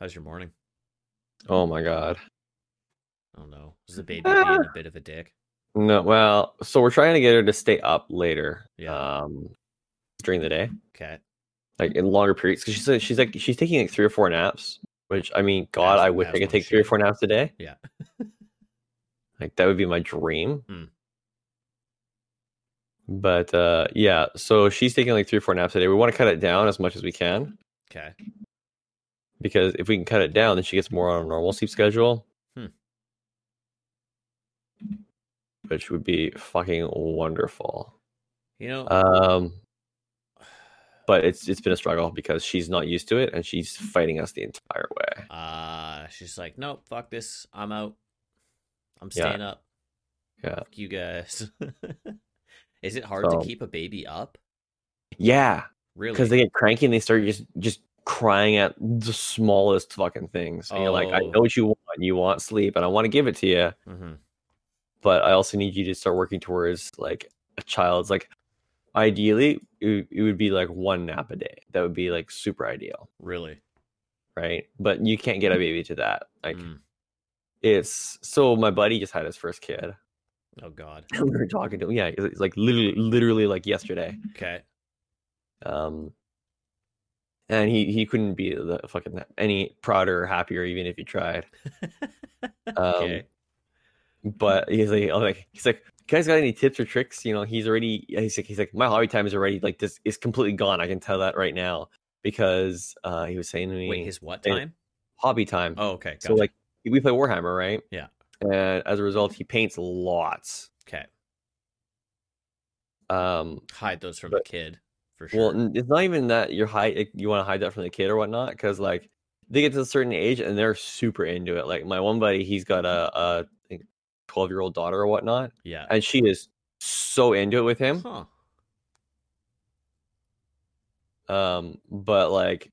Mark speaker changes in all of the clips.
Speaker 1: How's your morning?
Speaker 2: Oh my god.
Speaker 1: I don't know. Is the baby being a bit of a dick?
Speaker 2: No, well, so we're trying to get her to stay up later.
Speaker 1: Yeah.
Speaker 2: Um during the day.
Speaker 1: Okay.
Speaker 2: Like in longer periods. Cause she's she's like she's taking like three or four naps, which I mean, God,
Speaker 1: As-
Speaker 2: I wish
Speaker 1: as
Speaker 2: I
Speaker 1: one
Speaker 2: could take three or
Speaker 1: should.
Speaker 2: four naps a day.
Speaker 1: Yeah.
Speaker 2: Like that would be my dream.
Speaker 1: Hmm.
Speaker 2: But uh yeah, so she's taking like three or four naps a day. We want to cut it down as much as we can
Speaker 1: Okay.
Speaker 2: because if we can cut it down, then she gets more on a normal sleep schedule.
Speaker 1: Hmm.
Speaker 2: Which would be fucking wonderful.
Speaker 1: You know,
Speaker 2: Um, but it's it's been a struggle because she's not used to it and she's fighting us the entire way.
Speaker 1: uh, she's like, nope, fuck this. I'm out. I'm
Speaker 2: Yeah.
Speaker 1: staying up.
Speaker 2: Yeah.
Speaker 1: Fuck you guys. Is it hard
Speaker 2: So-
Speaker 1: to keep a baby up?
Speaker 2: Yeah,
Speaker 1: Really?
Speaker 2: because they get cranky and they start just just crying at the smallest fucking things. And you're like, I
Speaker 1: Oh.
Speaker 2: know what you want. You want sleep, and I want to give it to you,
Speaker 1: hmm
Speaker 2: but I also need you to start working towards like a child's like. Ideally, it, would- it would be like one nap a day. That would be like super ideal,
Speaker 1: Really?
Speaker 2: right? But you can't get a baby to that. Like
Speaker 1: Mm.
Speaker 2: it's so. My buddy just had his first kid.
Speaker 1: Oh, God.
Speaker 2: we were talking to him. Yeah, it's like literally, literally like yesterday.
Speaker 1: Okay.
Speaker 2: Um, and he he couldn't be the fucking any prouder or happier, even if he tried. Um,
Speaker 1: okay.
Speaker 2: But he's like, I'm like he's like, you guys got any tips or tricks? You know, he's already he's like he's like my hobby time is already like this is completely gone. I can tell that right now because uh he was saying to me
Speaker 1: Wait, his what
Speaker 2: they-
Speaker 1: time?
Speaker 2: hobby time.
Speaker 1: Oh, okay. Gotcha.
Speaker 2: so like we play Warhammer, right?
Speaker 1: Yeah.
Speaker 2: And as a result, he paints lots.
Speaker 1: okay.
Speaker 2: Um,
Speaker 1: Hide those from
Speaker 2: but-
Speaker 1: the kid for
Speaker 2: Well,
Speaker 1: sure.
Speaker 2: n- it's not even that you're hide like, you want to hide that from the kid or whatnot, because like they get to a certain age and they're super into it. Like my one buddy, he's got a a I think twelve year old daughter or whatnot,
Speaker 1: yeah.
Speaker 2: and she is so into it with him.
Speaker 1: Huh.
Speaker 2: Um, but like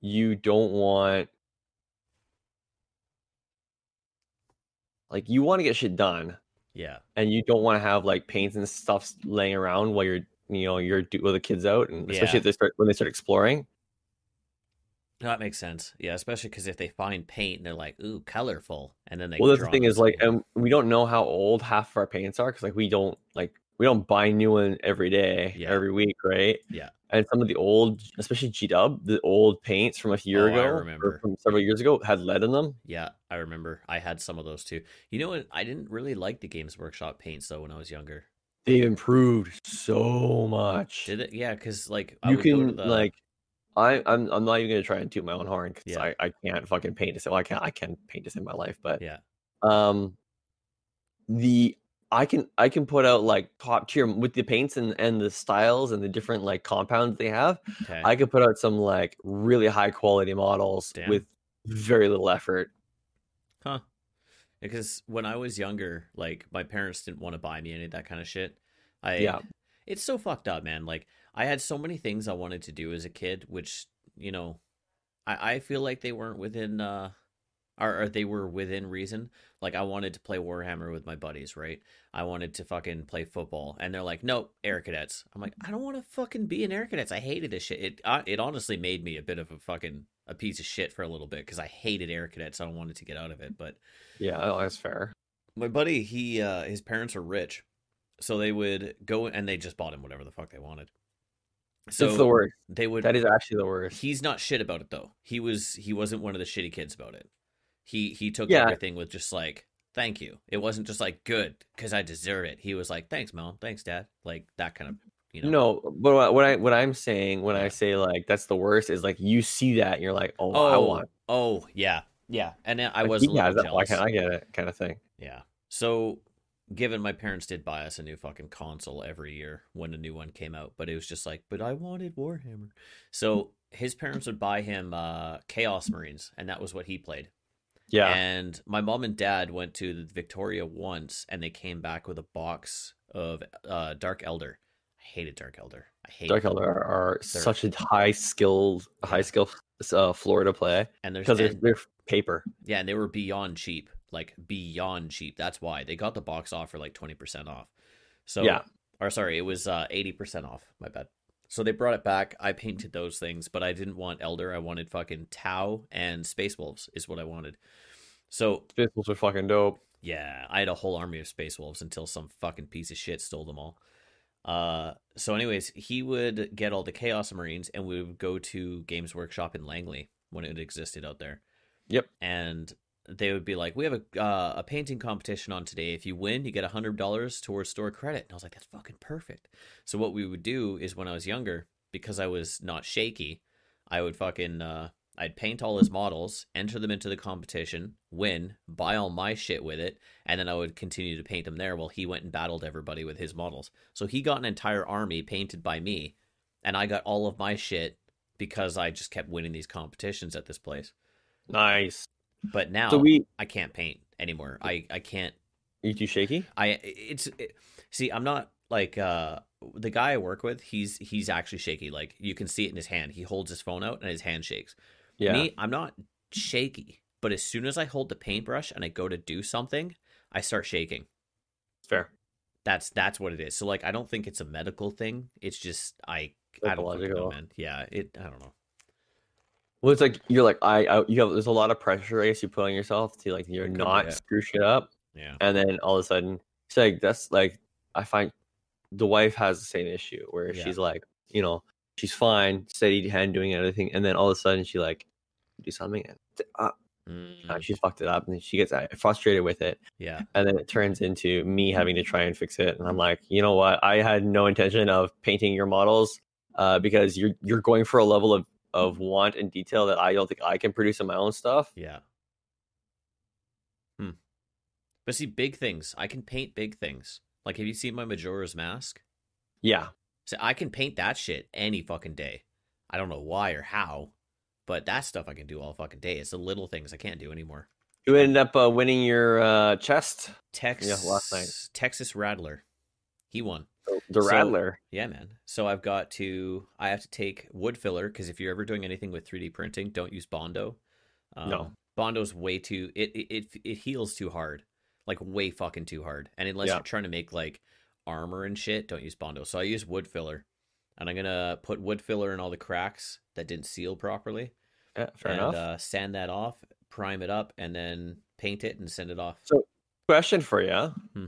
Speaker 2: you don't want like you want to get shit done,
Speaker 1: Yeah.
Speaker 2: and you don't want to have like paints and stuff laying around while you're you know you're do- while the kids out, and
Speaker 1: Yeah.
Speaker 2: especially if they start when they start exploring.
Speaker 1: No, that makes sense. Yeah, especially because if they find paint and they're like, "Ooh, colorful," and then they
Speaker 2: well that's the
Speaker 1: draw
Speaker 2: thing is like
Speaker 1: something.
Speaker 2: um, we don't know how old half of our paints are because like we don't like we don't buy new one every day
Speaker 1: Yeah.
Speaker 2: every week right
Speaker 1: Yeah.
Speaker 2: and some of the old especially g-dub the old paints from a
Speaker 1: Oh,
Speaker 2: year
Speaker 1: I
Speaker 2: ago
Speaker 1: remember.
Speaker 2: or from several years ago had lead in them
Speaker 1: yeah, I remember I had some of those too. You know what? I didn't really like the Games Workshop paints though when I was younger.
Speaker 2: they've improved so much
Speaker 1: Did it? Yeah, because like I
Speaker 2: you
Speaker 1: would go to
Speaker 2: can
Speaker 1: the-
Speaker 2: like I, I'm I'm not even gonna try and toot my own horn because
Speaker 1: Yeah.
Speaker 2: I, I can't fucking paint this. Well, I can I can paint this in my life, but
Speaker 1: Yeah.
Speaker 2: um, the I can I can put out like top tier with the paints and and the styles and the different like compounds they have.
Speaker 1: okay.
Speaker 2: I could put out some like really high quality models
Speaker 1: Damn.
Speaker 2: with very little effort.
Speaker 1: Huh. Because when I was younger, like my parents didn't want to buy me any of that kind of shit. I
Speaker 2: Yeah.
Speaker 1: It's so fucked up, man. Like I had so many things I wanted to do as a kid, which, you know, I, I feel like they weren't within uh or, or they were within reason. Like I wanted to play Warhammer with my buddies, right? I wanted to fucking play football, and they're like, "Nope, air cadets." I'm like, "I don't want to fucking be an air cadets. I hated this shit. It uh, it honestly made me a bit of a fucking a piece of shit for a little bit because I hated air cadets. I wanted to get out of it, but
Speaker 2: Yeah, oh, that's fair.
Speaker 1: my buddy he uh his parents are rich so they would go and they just bought him whatever the fuck they wanted so
Speaker 2: it's the worst.
Speaker 1: they would
Speaker 2: That is actually the worst.
Speaker 1: he's not shit about it though he was he wasn't one of the shitty kids about it he he took
Speaker 2: Yeah.
Speaker 1: everything with just like thank you it wasn't just like good because i deserve it he was like thanks mom thanks dad like that kind of you know
Speaker 2: No, but what- what I what I'm saying when
Speaker 1: Yeah.
Speaker 2: I say like that's the worst is like you see that and you're like, oh, I
Speaker 1: oh
Speaker 2: want
Speaker 1: oh yeah yeah and then i
Speaker 2: Like,
Speaker 1: was
Speaker 2: he
Speaker 1: a little
Speaker 2: has it, why
Speaker 1: jealous
Speaker 2: can't I get it kind of thing.
Speaker 1: Yeah. So, given my parents did buy us a new fucking console every year when a new one came out, but it was just like, but I wanted Warhammer. So his parents would buy him uh, Chaos Marines, and that was what he played.
Speaker 2: Yeah,
Speaker 1: And my mom and dad went to the Victoria once, and they came back with a box of uh, Dark Elder. I hated Dark Elder. I hate
Speaker 2: Dark
Speaker 1: them.
Speaker 2: Elder are, are
Speaker 1: They're-
Speaker 2: such a high skilled,
Speaker 1: Yeah.
Speaker 2: high skill uh, floor to play
Speaker 1: And there's
Speaker 2: because they're,
Speaker 1: and-
Speaker 2: they're paper.
Speaker 1: Yeah, and they were beyond cheap, like beyond cheap. That's why they got the box off for like twenty percent off. So
Speaker 2: Yeah.
Speaker 1: or sorry, it was eighty percent uh, off. My bad. So they brought it back. I painted those things, but I didn't want Elder. I wanted fucking Tau and Space Wolves is what I wanted. So
Speaker 2: Space Wolves are fucking dope.
Speaker 1: yeah, I had a whole army of Space Wolves until some fucking piece of shit stole them all. Uh, so anyways, he would get all the Chaos Marines, and we would go to Games Workshop in Langley when it existed out there.
Speaker 2: Yep.
Speaker 1: And they would be like, "We have a uh, a painting competition on today. If you win, you get a hundred dollars towards store credit." And I was like, "That's fucking perfect." So what we would do is when I was younger, because I was not shaky, I would fucking uh, I'd paint all his models, enter them into the competition, win, buy all my shit with it, and then I would continue to paint them there while he went and battled everybody with his models. So he got an entire army painted by me, and I got all of my shit because I just kept winning these competitions at this place.
Speaker 2: Nice.
Speaker 1: But now
Speaker 2: So we
Speaker 1: I can't paint anymore. I I can't.
Speaker 2: you too shaky?
Speaker 1: I it's it, see I'm not like uh the guy I work with. He's he's actually shaky. Like you can see it in his hand. He holds his phone out and his hand shakes.
Speaker 2: Yeah.
Speaker 1: Me, I'm not shaky. But as soon as I hold the paintbrush and I go to do something, I start shaking.
Speaker 2: Fair.
Speaker 1: That's that's what it is. So like I don't think it's a medical thing. It's just I I don't fucking know,
Speaker 2: Psychological.
Speaker 1: man. Yeah, it I don't know.
Speaker 2: Well, it's like you're like I, I you have there's a lot of pressure I guess you put on yourself to like you're
Speaker 1: Could be
Speaker 2: not
Speaker 1: that.
Speaker 2: screw shit up,
Speaker 1: Yeah.
Speaker 2: and then all of a sudden it's like that's like I find the wife has the same issue where
Speaker 1: Yeah.
Speaker 2: she's like you know she's fine steady hand doing everything, and then all of a sudden she like do something and uh,
Speaker 1: Mm,
Speaker 2: she's fucked it up and she gets uh, frustrated with it,
Speaker 1: yeah.
Speaker 2: and then it turns into me having to try and fix it, and I'm like you know what I had no intention of painting your models uh, because you're you're going for a level of of want and detail that I don't think I can produce in my own stuff.
Speaker 1: Yeah. Hmm. But see, big things. I can paint big things. Like, have you seen my Majora's Mask?
Speaker 2: Yeah.
Speaker 1: So I can paint that shit any fucking day. I don't know why or how, but that stuff I can do all fucking day. It's the little things I can't do anymore.
Speaker 2: You ended up uh, winning your uh, chest,
Speaker 1: Texas,
Speaker 2: last night.
Speaker 1: Texas Rattler. He won.
Speaker 2: the- the
Speaker 1: So-
Speaker 2: Rattler.
Speaker 1: Yeah, man. So I've got to. I have to take wood filler because if you're ever doing anything with 3D printing, don't use Bondo. Um,
Speaker 2: No.
Speaker 1: Bondo's way too. It it it, it heals too hard, like way fucking too hard. And unless
Speaker 2: Yeah.
Speaker 1: you're trying to make like armor and shit, don't use Bondo. So I use wood filler, and I'm gonna put wood filler in all the cracks that didn't seal properly,
Speaker 2: Yeah, fair
Speaker 1: and
Speaker 2: enough.
Speaker 1: Uh, sand that off, prime it up, and then paint it and send it off.
Speaker 2: So- Question for you:
Speaker 1: Hmm.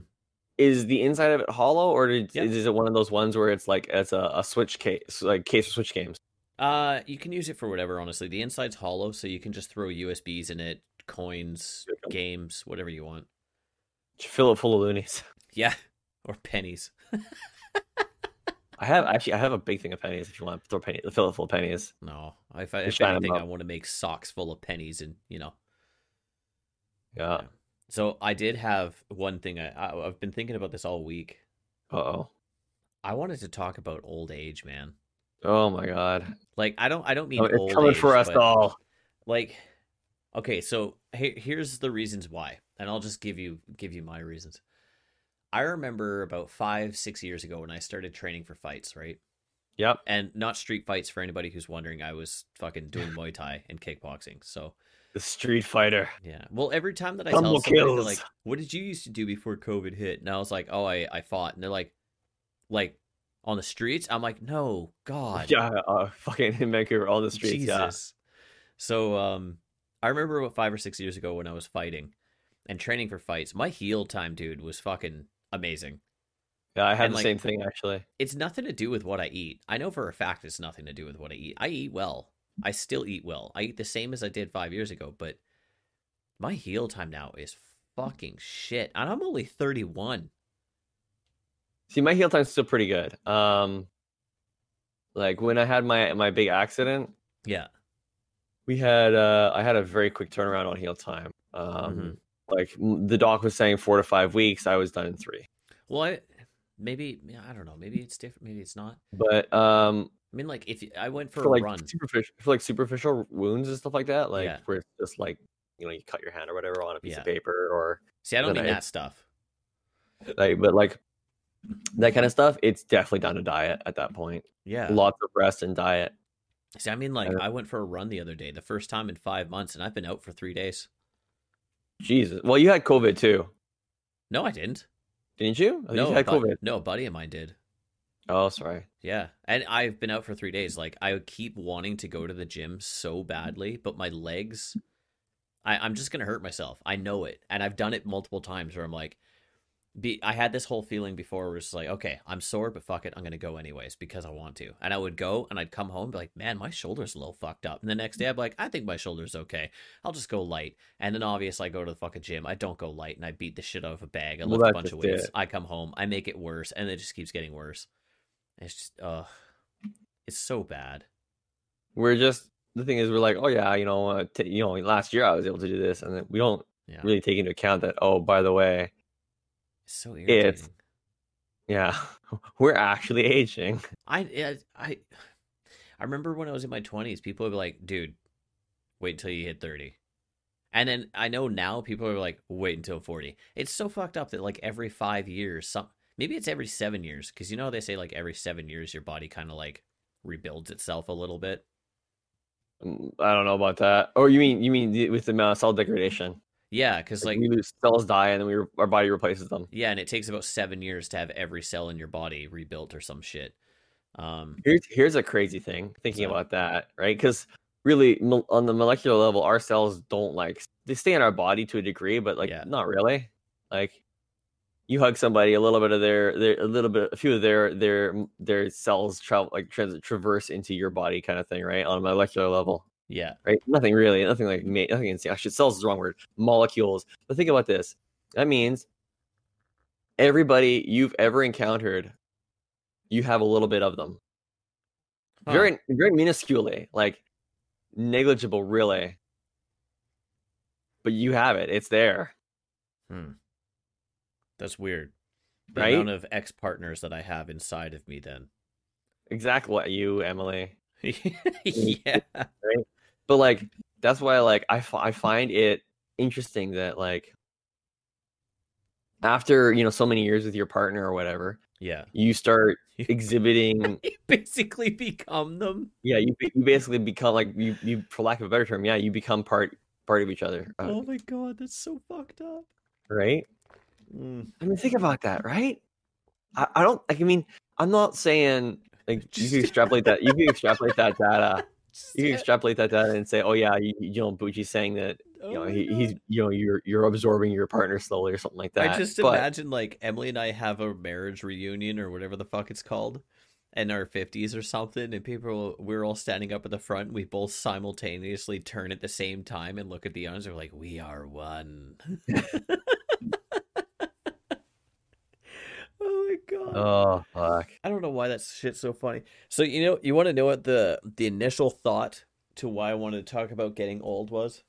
Speaker 2: Is the inside of it hollow, or did,
Speaker 1: Yeah.
Speaker 2: is it one of those ones where it's like it's a, a switch case, like case for switch games?
Speaker 1: Uh, you can use it for whatever. Honestly, the inside's hollow, so you can just throw USBs in it, coins,
Speaker 2: Good.
Speaker 1: games, whatever you want.
Speaker 2: Just Fill it full of loonies.
Speaker 1: Yeah, or pennies.
Speaker 2: I have actually, I have a big thing of pennies. If you want, throw pennies, fill it full of pennies.
Speaker 1: No, if I
Speaker 2: Just
Speaker 1: if
Speaker 2: shine 'em
Speaker 1: anything, I
Speaker 2: up.
Speaker 1: want to make socks full of pennies, and you know.
Speaker 2: Yeah.
Speaker 1: So I did have one thing. I, I I've been thinking about this all week.
Speaker 2: Uh oh.
Speaker 1: I wanted to talk about old age, man.
Speaker 2: Oh my god.
Speaker 1: Like I don't I don't mean
Speaker 2: Oh, it's
Speaker 1: old
Speaker 2: coming
Speaker 1: age,
Speaker 2: for us
Speaker 1: but,
Speaker 2: all.
Speaker 1: Like, okay, so he- here's the reasons why, and I'll just give you give you my reasons. I remember about five six years ago when I started training for fights, right?
Speaker 2: Yep.
Speaker 1: and not street fights for anybody who's wondering i was fucking doing muay thai and kickboxing so
Speaker 2: The Street Fighter.
Speaker 1: yeah well every time that i
Speaker 2: Combo
Speaker 1: tell somebody they're
Speaker 2: kills.
Speaker 1: like what did you used to do before covid hit and i was like oh i i fought and they're like like on the streets i'm like no god
Speaker 2: Yeah. Uh, fucking in Vancouver, all the streets. Yeah.
Speaker 1: jesus so um i remember about five or six years ago when i was fighting and training for fights my heel time dude was fucking amazing
Speaker 2: Yeah. I had
Speaker 1: And,
Speaker 2: the
Speaker 1: like-
Speaker 2: same thing actually.
Speaker 1: it's nothing to do with what I eat. I know for a fact it's nothing to do with what I eat. I eat well. I still eat well. I eat the same as I did five years ago, but my heal time now is fucking shit. And I'm only 31.
Speaker 2: See, my heel time's still pretty good. Um, like when I had my my big accident,
Speaker 1: Yeah.
Speaker 2: we had uh, I had a very quick turnaround on heel time. Um,
Speaker 1: Mhm.
Speaker 2: like m- the doc was saying, four to five weeks. I was done in three.
Speaker 1: Well, I, maybe, I don't know. Maybe it's different. Maybe it's not.
Speaker 2: But um,
Speaker 1: I mean, like, if you- I went for,
Speaker 2: for,
Speaker 1: a
Speaker 2: like
Speaker 1: run.
Speaker 2: superficial, for like superficial wounds and stuff like that, like
Speaker 1: Yeah.
Speaker 2: where it's just like you know you cut your hand or whatever on a piece
Speaker 1: Yeah.
Speaker 2: of paper or
Speaker 1: See, I don't
Speaker 2: then
Speaker 1: need
Speaker 2: I-
Speaker 1: that stuff.
Speaker 2: like, but like that kind of stuff, it's definitely down to diet at that point.
Speaker 1: Yeah.
Speaker 2: Lots of rest and diet.
Speaker 1: See, I mean, like,
Speaker 2: Uh,
Speaker 1: I went for a run the other day, the first time in five months, and I've been out for three days.
Speaker 2: Jesus. Well, you had COVID too,
Speaker 1: No, I didn't.
Speaker 2: didn't you? I think
Speaker 1: No,
Speaker 2: Oh, you had
Speaker 1: but-
Speaker 2: COVID.
Speaker 1: no, a buddy of mine did.
Speaker 2: Oh, sorry.
Speaker 1: Yeah. And I've been out for three days. Like I keep wanting to go to the gym so badly, but my legs I, I'm just gonna hurt myself. I know it. And I've done it multiple times where I'm like be I had this whole feeling before where it's like, okay, I'm sore, but fuck it, I'm gonna go anyways because I want to. And I would go and I'd come home and be like, man, my shoulder's a little fucked up. And the next day I'd be like, I think my shoulder's okay. I'll just go light. And then obviously I go to the fucking gym. I don't go light and I beat the shit out of a bag. I
Speaker 2: Well,
Speaker 1: lift a
Speaker 2: that's
Speaker 1: bunch of
Speaker 2: just it.
Speaker 1: weights. I come home, I make it worse, and it just keeps getting worse. It's just uh it's so bad.
Speaker 2: We're just the thing is we're like, oh yeah, you know, uh, t- you know, last year I was able to do this, and then we don't
Speaker 1: Yeah.
Speaker 2: really take into account that. Oh, by the way,
Speaker 1: It's so irritating.
Speaker 2: yeah, we're actually aging.
Speaker 1: I I I I remember when I was in my twenties, people would be like, "Dude, wait until you hit 30. And then I know now people are like, "Wait until 40. It's so fucked up that like every five years, some maybe it's every seven years, because you know how they say like every seven years your body kind of like rebuilds itself a little bit.
Speaker 2: Mm, I don't know about that. Or you mean you mean the- with the amount of cell degradation?
Speaker 1: Yeah, because like
Speaker 2: we lose cells die, and then we re- our body replaces them.
Speaker 1: yeah, and it takes about seven years to have every cell in your body rebuilt or some shit. Um,
Speaker 2: Here's here's a crazy thing. Thinking
Speaker 1: that?
Speaker 2: about that, right? Because really, mo- on the molecular level, our cells don't like they stay in our body to a degree, but like
Speaker 1: Yeah.
Speaker 2: not really. Like you hug somebody, a little bit of their their a little bit, a few of their their their cells travel like trans- traverse into your body, kind of thing, right? On a molecular level,
Speaker 1: yeah,
Speaker 2: right? Nothing really, nothing like ma- nothing insane. Actually, cells is the wrong word. Molecules. But think about this. That means everybody you've ever encountered, you have a little bit of them
Speaker 1: Huh.
Speaker 2: very very minuscule like negligible really but you have it it's there
Speaker 1: That's weird. The
Speaker 2: Right?
Speaker 1: amount of ex partners that I have inside of me, then.
Speaker 2: exactly what you emily
Speaker 1: yeah.
Speaker 2: but like that's why like I, fi- I find it interesting that like after you know so many years with your partner or whatever
Speaker 1: Yeah.
Speaker 2: you start exhibiting
Speaker 1: You basically become them.
Speaker 2: yeah you, be- you basically become like you, you for lack of a better term yeah you become part part of each other uh,
Speaker 1: Oh my god, that's so fucked up.
Speaker 2: right I mean, think about that, right? I, I don't like. I mean, I'm not saying like you
Speaker 1: Just-
Speaker 2: can extrapolate that. You can extrapolate that data.
Speaker 1: Just-
Speaker 2: You can extrapolate that data and say, oh yeah, you, you know, Bucci's saying that
Speaker 1: oh
Speaker 2: you know
Speaker 1: my
Speaker 2: he, he's
Speaker 1: God.
Speaker 2: you know you're you're absorbing your partner slowly or something like that.
Speaker 1: I just
Speaker 2: But
Speaker 1: imagine like Emily and I have a marriage reunion or whatever the fuck it's called in our 50s or something and people we're all standing up at the front and we both simultaneously turn at the same time and look at the arms and we're like we are one. oh my god.
Speaker 2: Oh fuck!
Speaker 1: I don't know why that shit's so funny. So you know, you want to know what the the initial thought to why I wanted to talk about getting old was?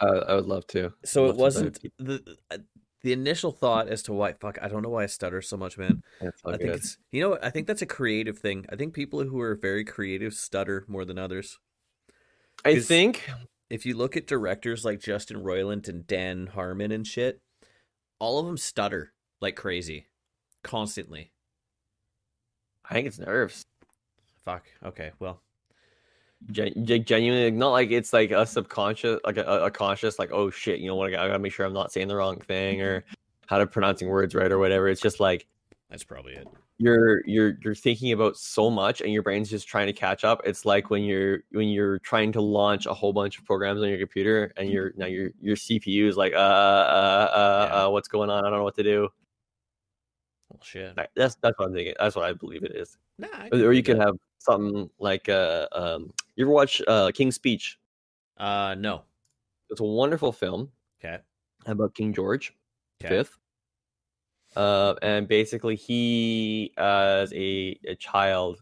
Speaker 2: I, I would love to.
Speaker 1: So
Speaker 2: Love
Speaker 1: it
Speaker 2: to
Speaker 1: wasn't
Speaker 2: dive deep.
Speaker 1: the uh, the initial thought as to why. Fuck, I don't know why I stutter so much, man.
Speaker 2: That's all
Speaker 1: I think
Speaker 2: good.
Speaker 1: it's you know what? I think that's a creative thing. I think people who are very creative stutter more than others.
Speaker 2: I
Speaker 1: it's-
Speaker 2: think
Speaker 1: If you look at directors like Justin Roiland and Dan Harmon and shit, all of them stutter like crazy, constantly.
Speaker 2: I think it's nerves.
Speaker 1: Fuck. Okay. Well.
Speaker 2: Gen- gen- genuinely, not like it's like a subconscious, like a, a conscious, like oh shit, you know what? I gotta I gotta make sure I'm not saying the wrong thing or how to pronouncing words right or whatever. It's just like
Speaker 1: That's probably it.
Speaker 2: you're you're you're thinking about so much and your brain's just trying to catch up it's like when you're when you're trying to launch a whole bunch of programs on your computer and your now your your cpu is like uh uh uh,
Speaker 1: Yeah.
Speaker 2: uh what's going on i don't know what to do
Speaker 1: Well, shit.
Speaker 2: Like, that's that's what i'm thinking that's what i believe it is
Speaker 1: Nah, I
Speaker 2: or, or you
Speaker 1: read that.
Speaker 2: can have something like uh um you ever watch uh king's speech
Speaker 1: Uh, no.
Speaker 2: it's a wonderful film
Speaker 1: Okay.
Speaker 2: about king george
Speaker 1: Okay.
Speaker 2: fifth. Uh, and basically, he as a, a child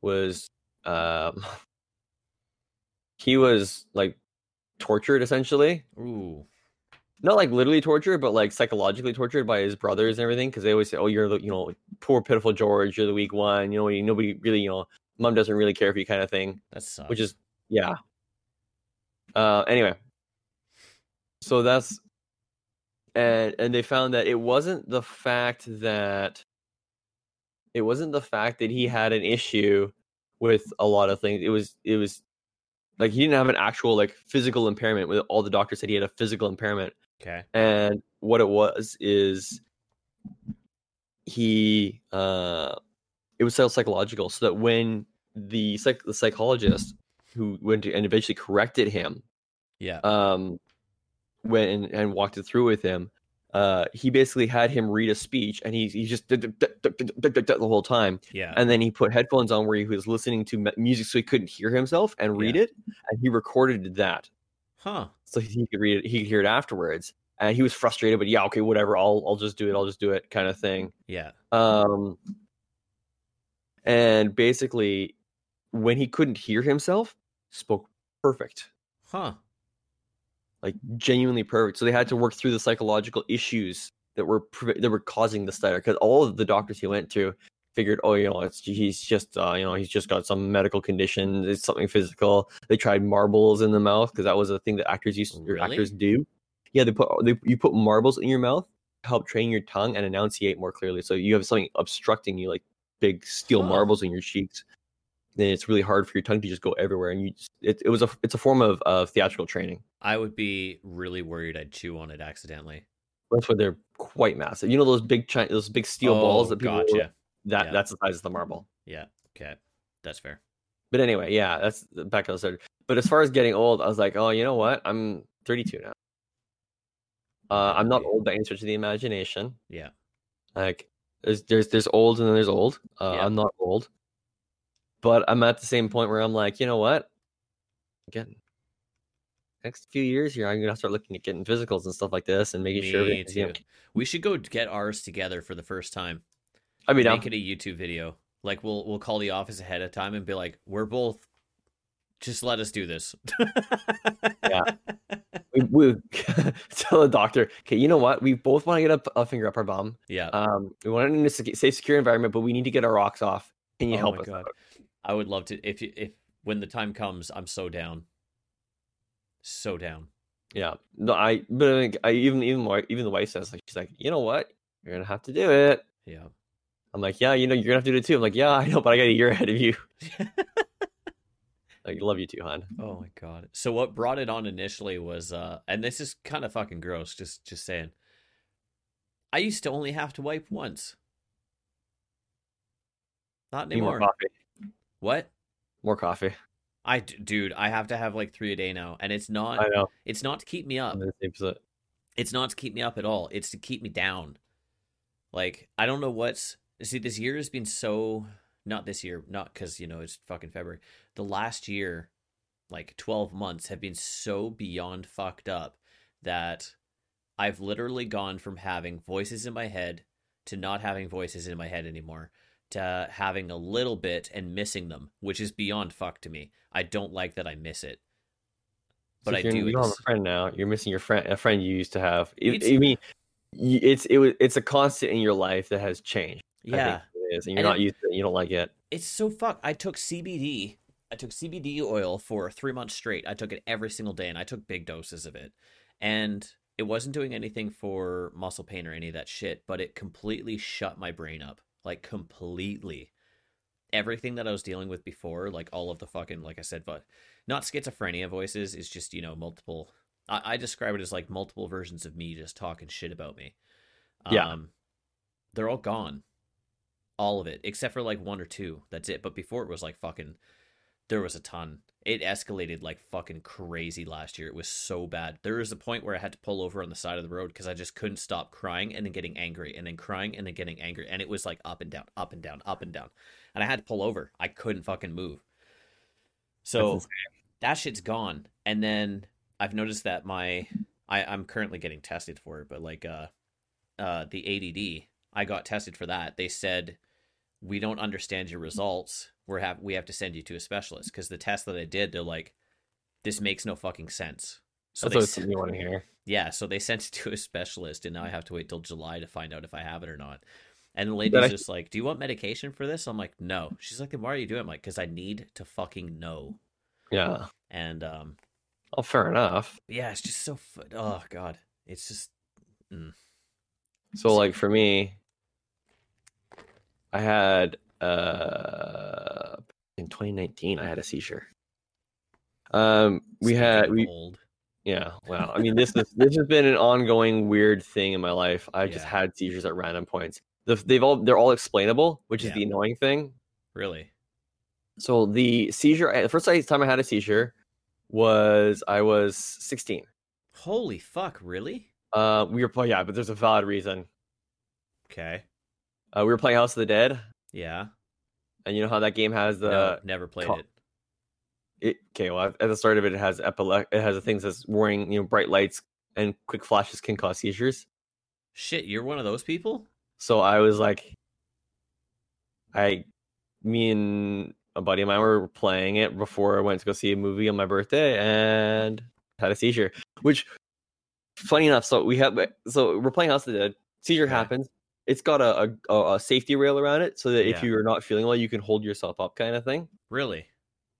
Speaker 2: was um, he was like tortured essentially,
Speaker 1: Ooh.
Speaker 2: not like literally tortured, but like psychologically tortured by his brothers and everything because they always say, "Oh, you're the you know poor pitiful George, you're the weak one, you know you, nobody really you know mom doesn't really care for you kind of thing."
Speaker 1: That sucks.
Speaker 2: which is yeah. Uh, anyway, so that's and and they found that it wasn't the fact that it wasn't the fact that he had an issue with a lot of things. It was it was like he didn't have an actual like physical impairment. With all the doctors said he had a physical impairment,
Speaker 1: okay.
Speaker 2: and what it was is he uh it was so psychological so that when the psych- the psychologist who went to, and eventually corrected him
Speaker 1: Yeah.
Speaker 2: um went and, and walked it through with him uh he basically had him read a speech and he, he just did- did- did- did- did- did- did the whole time
Speaker 1: yeah.
Speaker 2: and then he put headphones on where he was listening to me- music so he couldn't hear himself and read
Speaker 1: Yeah.
Speaker 2: it and he recorded that
Speaker 1: huh.
Speaker 2: so he could read it he could hear it afterwards and he was frustrated but yeah okay whatever i'll i'll just do it i'll just do it kind of thing
Speaker 1: Yeah.
Speaker 2: um, and basically, when he couldn't hear himself, spoke perfect,
Speaker 1: Huh.
Speaker 2: like genuinely perfect. So they had to work through the psychological issues that were pre- that were causing the stutter because all of the doctors he went to figured, oh, you know, it's he's just uh, you know he's just got some medical condition, it's something physical. They tried marbles in the mouth because that was a thing that actors used or
Speaker 1: Really?
Speaker 2: actors do. Yeah, they put they, you put marbles in your mouth to help train your tongue and enunciate more clearly. So you have something obstructing you, like big steel
Speaker 1: Huh.
Speaker 2: marbles in your cheeks. Then it's really hard for your tongue to just go everywhere, and you just, it, it was a it's a form of uh, theatrical training.
Speaker 1: I would be really worried I'd chew on it accidentally.
Speaker 2: That's why they're quite massive. You know those big chi- those big steel
Speaker 1: oh,
Speaker 2: balls that people
Speaker 1: gotcha.
Speaker 2: that
Speaker 1: Yeah.
Speaker 2: that's the size of the marble.
Speaker 1: Okay. That's fair.
Speaker 2: But anyway, yeah, that's the back of the started. But as far as getting old, I was like, oh, you know what? I'm 32 now. Uh, I'm not
Speaker 1: Okay.
Speaker 2: old by any stretch of the imagination.
Speaker 1: Yeah.
Speaker 2: Like there's there's there's old and then there's old. Uh,
Speaker 1: Yeah.
Speaker 2: I'm not old, but I'm at the same point where I'm like, you know what? Getting next few years here, I'm gonna start looking at getting physicals and stuff like this and making
Speaker 1: Me
Speaker 2: sure. everything's, you know-
Speaker 1: too. We should go get ours together for the first time.
Speaker 2: I mean,
Speaker 1: Make it a YouTube video. Like we'll we'll call the office ahead of time and be like, we're both. Just let us do this.
Speaker 2: we, we tell the doctor, okay, you know what? We both want to get a, a finger up our bum.
Speaker 1: yeah.
Speaker 2: Um, we want it in a sec- safe, secure environment, but we need to get our rocks off. Can you
Speaker 1: Oh
Speaker 2: help
Speaker 1: my
Speaker 2: us?
Speaker 1: God.
Speaker 2: out?
Speaker 1: I would love to if you- if when the time comes, I'm so down. So down.
Speaker 2: Yeah. No, I. But like, I even even more, even the wife says like she's like, you know what? You're gonna have to do it.
Speaker 1: Yeah.
Speaker 2: I'm like, yeah, you know, you're gonna have to do it too. I'm like, yeah, I know, but I got a year ahead of you. Like, love you too, hon.
Speaker 1: oh my god. So what brought it on initially was uh and this is kind of fucking gross just just saying. I used to only have to wipe once. Not
Speaker 2: Need more
Speaker 1: anymore.
Speaker 2: coffee.
Speaker 1: What?
Speaker 2: More coffee.
Speaker 1: I d- dude, I have to have like 3 a day now and it's
Speaker 2: I
Speaker 1: not
Speaker 2: know.
Speaker 1: it's not to keep me up.
Speaker 2: I'm in the same posi-
Speaker 1: it's not to keep me up at all it's to keep me down like i don't know what's see this year has been so not this year not because you know it's fucking february the last year like 12 months have been so beyond fucked up that i've literally gone from having voices in my head to not having voices in my head anymore to having a little bit and missing them which is beyond fucked to me i don't like that i miss it but
Speaker 2: So
Speaker 1: i
Speaker 2: you're-
Speaker 1: do
Speaker 2: You don't have
Speaker 1: ex-
Speaker 2: a friend now. You're missing your friend. A friend you used to have. It,
Speaker 1: It's-
Speaker 2: I mean, y- it's it was it's a constant in your life that has changed. I
Speaker 1: yeah
Speaker 2: think it is, and you're
Speaker 1: And
Speaker 2: not
Speaker 1: it-
Speaker 2: used to it. You don't like it.
Speaker 1: it's so fuck. I took CBD. I took CBD oil for three months straight. I took it every single day, and I took big doses of it, and it wasn't doing anything for muscle pain or any of that shit. But it completely shut my brain up, like completely. Everything that I was dealing with before, like all of the fucking, like I said, but not schizophrenia voices. It's just you know multiple. I, I describe it as like multiple versions of me just talking shit about me.
Speaker 2: Yeah.
Speaker 1: Um, they're all gone all of it except for like one or two that's it but before it was like fucking there was a ton it escalated like fucking crazy last year it was so bad there was a point where i had to pull over on the side of the road because i just couldn't stop crying and then getting angry and then crying and then getting angry and it was like up and down up and down up and down and i had to pull over i couldn't fucking move so
Speaker 2: insane.
Speaker 1: that shit's gone and then i've noticed that my I, i'm currently getting tested for it but like uh uh the add i got tested for that they said we don't understand your results. We're have we have to send you to a specialist because the test that I did, they're like, this makes no fucking sense. So
Speaker 2: That's always
Speaker 1: they
Speaker 2: something you want to hear.
Speaker 1: yeah, so they sent it to a specialist, and now I have to wait till July to find out if I have it or not. And the lady's
Speaker 2: I-
Speaker 1: just like, "Do you want medication for this?" I'm like, "No." She's like, "Then why are you doing?" it?" I'm like, "Cause I need to fucking know."
Speaker 2: Yeah.
Speaker 1: And um,
Speaker 2: Oh, fair enough.
Speaker 1: yeah, it's just so. F- oh god, it's just
Speaker 2: So, like for me, I had uh in 2019 I had a seizure. Um, we
Speaker 1: speaking
Speaker 2: had
Speaker 1: of
Speaker 2: we
Speaker 1: old.
Speaker 2: yeah. Wow. I mean, this is this has been an ongoing weird thing in my life. I just
Speaker 1: Yeah.
Speaker 2: had seizures at random points. The, they've all they're all explainable, which
Speaker 1: Yeah.
Speaker 2: is the annoying thing.
Speaker 1: Really?
Speaker 2: So the seizure, eh, the first time I had a seizure was I was 16.
Speaker 1: Holy fuck! Really?
Speaker 2: Uh, we were playing, yeah, but there's a valid reason.
Speaker 1: Okay.
Speaker 2: Uh, we were playing House of the Dead,
Speaker 1: Yeah.
Speaker 2: and you know how that game has the
Speaker 1: no, never played
Speaker 2: call-
Speaker 1: it.
Speaker 2: it, okay. Well, at the start of it, it has epile- it has the things that's warning, you know, bright lights and quick flashes can cause seizures.
Speaker 1: Shit, you're one of those people.
Speaker 2: So I was like, I, me and a buddy of mine were playing it before I went to go see a movie on my birthday and had a seizure. Which, funny enough, so we have so we're playing House of the Dead. Seizure
Speaker 1: Okay.
Speaker 2: happens. It's got a, a- a a safety rail around it so that if
Speaker 1: Yeah.
Speaker 2: you're not feeling well, you can hold yourself up, kind of thing.
Speaker 1: Really?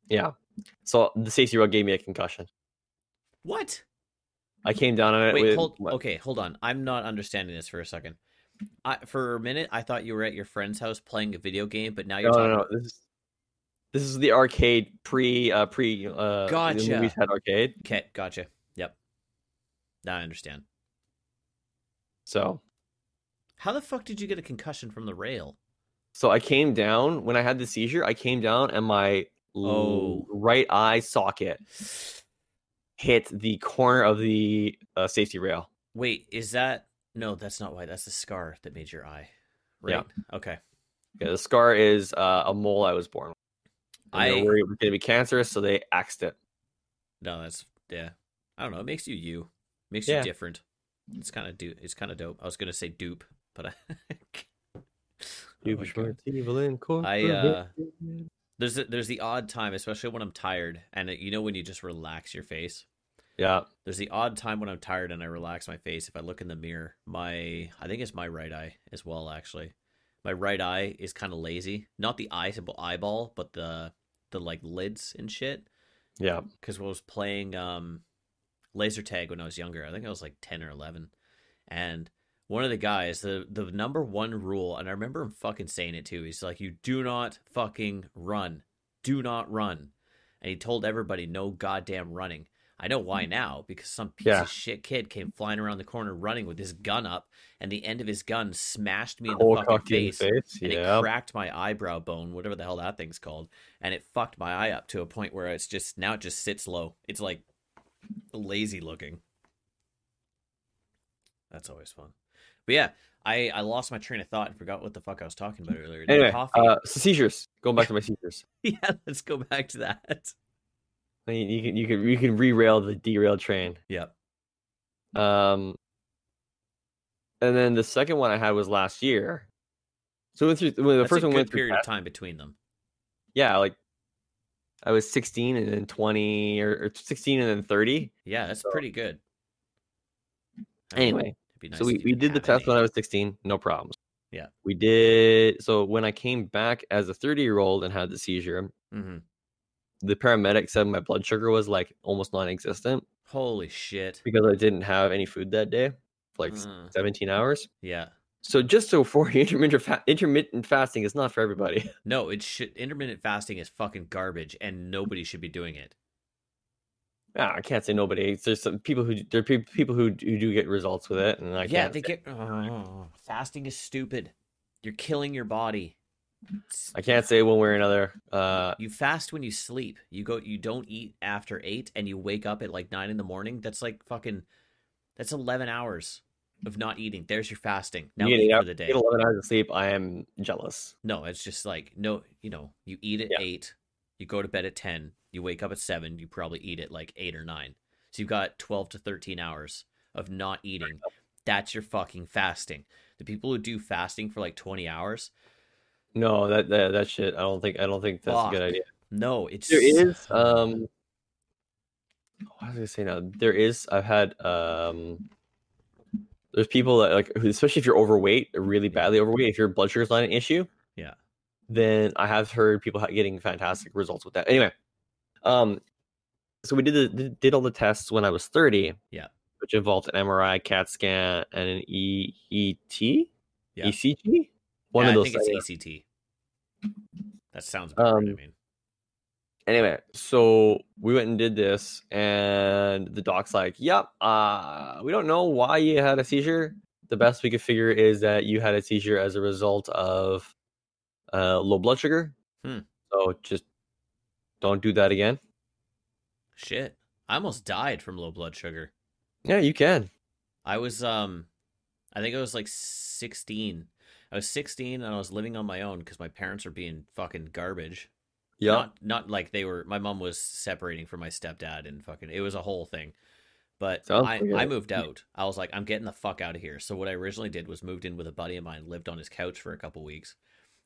Speaker 2: Yeah. So the safety rail gave me a concussion.
Speaker 1: What?
Speaker 2: I came down on it.
Speaker 1: Wait,
Speaker 2: with,
Speaker 1: hold. Okay, hold on. I'm not understanding this for a second. I, for a minute, I thought you were at your friend's house playing a video game, but now
Speaker 2: No,
Speaker 1: you're
Speaker 2: no,
Speaker 1: talking.
Speaker 2: no. This is this is the arcade pre uh pre uh the
Speaker 1: Gotcha.
Speaker 2: movies had arcade.
Speaker 1: Okay, gotcha. Yep. Now I understand.
Speaker 2: So
Speaker 1: How the fuck did you get a concussion from the rail?
Speaker 2: so I came down when I had the seizure. I came down and my l-
Speaker 1: Oh.
Speaker 2: right eye socket hit the corner of the uh, safety rail.
Speaker 1: Wait, is that no? That's not why. That's the scar that made your eye.
Speaker 2: Yeah.
Speaker 1: Right. Okay.
Speaker 2: Yeah, the scar is uh, a mole I was born. With. And they
Speaker 1: I
Speaker 2: were worried it was going to be cancerous, so they axed it.
Speaker 1: no. That's yeah. I don't know. It makes you you. Makes you
Speaker 2: Yeah.
Speaker 1: different. It's kind of do. It's kind of dope. I was gonna say dupe, but I. Oh my God.
Speaker 2: Oh,
Speaker 1: I, uh, There's a, there's the odd time, especially when I'm tired, and it, you know when you just relax your face.
Speaker 2: yeah,
Speaker 1: There's the odd time when I'm tired and I relax my face. If I look in the mirror, my I think it's my right eye as well. Actually, my right eye is kind of lazy. Not the eye, simple eyeball, but the the like lids and shit.
Speaker 2: yeah.
Speaker 1: Because I was playing um, laser tag when I was younger. I think I was like ten or eleven, and one of the guys, the the number one rule, and I remember him fucking saying it too. He's like, "You do not fucking run. Do not run." And he told everybody, "No goddamn running." I know why now because some piece
Speaker 2: Hmm. Yeah.
Speaker 1: of shit kid came flying around the corner running with his gun up, and the end of his gun smashed me in the
Speaker 2: Cold
Speaker 1: fucking
Speaker 2: cocked you in the
Speaker 1: face,
Speaker 2: face.
Speaker 1: and
Speaker 2: Yeah,
Speaker 1: it cracked my eyebrow bone, whatever the hell that thing's called, and it fucked my eye up to a point where it's just now it just sits low. It's like lazy looking. That's always fun. But yeah, I I lost my train of thought and forgot what the fuck I was talking about earlier. The
Speaker 2: Anyway,
Speaker 1: coffee.
Speaker 2: uh, so seizures. Going back to my seizures.
Speaker 1: yeah, let's go back to that.
Speaker 2: I mean, you can you can you can re-rail the derail train.
Speaker 1: Yep.
Speaker 2: Um, and then the second one I had was last year. So went through well, the
Speaker 1: That's
Speaker 2: first
Speaker 1: a
Speaker 2: one
Speaker 1: good
Speaker 2: went through.
Speaker 1: period of
Speaker 2: tests.
Speaker 1: time between them.
Speaker 2: Yeah, like I was 16 and then 20 or, or 16 and then 30.
Speaker 1: Yeah, that's
Speaker 2: So-
Speaker 1: pretty good. I mean,
Speaker 2: Anyway,
Speaker 1: it'd be nice
Speaker 2: so we,
Speaker 1: if you
Speaker 2: we
Speaker 1: didn't
Speaker 2: did the
Speaker 1: have
Speaker 2: test
Speaker 1: any.
Speaker 2: when I was 16, no problems.
Speaker 1: Yeah.
Speaker 2: We did. So when I came back as a 30 year old and had the seizure,
Speaker 1: Mhm.
Speaker 2: the paramedic said my blood sugar was like almost non existent
Speaker 1: Holy shit.
Speaker 2: because I didn't have any food that day, for like
Speaker 1: Uh,
Speaker 2: 17 hours.
Speaker 1: yeah.
Speaker 2: So just so for you, intermittent fa- intermittent fasting is not for everybody.
Speaker 1: No, it should. Intermittent fasting is fucking garbage, and nobody should be doing it.
Speaker 2: Ah, I can't say nobody. There's some people who there are pe- people who, d- who do get results with it, and I
Speaker 1: yeah,
Speaker 2: can't.
Speaker 1: they
Speaker 2: say-
Speaker 1: get oh, fasting is stupid. You're killing your body. It's-
Speaker 2: I can't say one way or another. Uh,
Speaker 1: You fast when you sleep. You go. You don't eat after eight, and you wake up at like nine in the morning. That's like fucking. That's eleven hours of not eating. There's your fasting. Now
Speaker 2: you
Speaker 1: eat
Speaker 2: get,
Speaker 1: for the
Speaker 2: eight-
Speaker 1: day.
Speaker 2: get eleven hours of sleep. I am jealous.
Speaker 1: No, it's just like no. You know, you eat at
Speaker 2: Yeah.
Speaker 1: eight. You go to bed at ten. You wake up at seven. You probably eat at like eight or nine. So you've got twelve to thirteen hours of not eating. That's your fucking fasting. The people who do fasting for like twenty hours,
Speaker 2: No, that that, that shit. I don't think I don't think that's a
Speaker 1: Fuck.
Speaker 2: good idea.
Speaker 1: No, it's
Speaker 2: There is um, what was I gonna say now? There is. I've had um. There's people that like, who- especially if you're overweight, really
Speaker 1: Yeah.
Speaker 2: badly overweight. If your blood sugar's not an issue,
Speaker 1: Yeah.
Speaker 2: then I have heard people ha- getting fantastic results with that. Anyway, um, so we did the did all the tests when I was 30.
Speaker 1: Yeah.
Speaker 2: which involved an MRI, CAT scan, and an E, EET,
Speaker 1: Yeah.
Speaker 2: ECG. E One
Speaker 1: Yeah,
Speaker 2: of those.
Speaker 1: I think
Speaker 2: things.
Speaker 1: it's ACT. That sounds about right. I
Speaker 2: Um,
Speaker 1: mean,
Speaker 2: anyway so we went and did this and the doc's like yep uh we don't know why you had a seizure the best we could figure is that you had a seizure as a result of uh, low blood sugar.
Speaker 1: Hmm.
Speaker 2: So just don't do that again.
Speaker 1: Shit. I almost died from low blood sugar.
Speaker 2: Yeah, you can.
Speaker 1: I was um I think I was like 16. I was 16 and I was living on my own cuz my parents were being fucking garbage.
Speaker 2: Yeah.
Speaker 1: Not not like they were my mom was separating from my stepdad and fucking it was a whole thing. But
Speaker 2: Sounds
Speaker 1: I,
Speaker 2: like
Speaker 1: I
Speaker 2: it.
Speaker 1: moved out. I was like, I'm getting the fuck out of here. So what I originally did was moved in with a buddy of mine, lived on his couch for a couple weeks.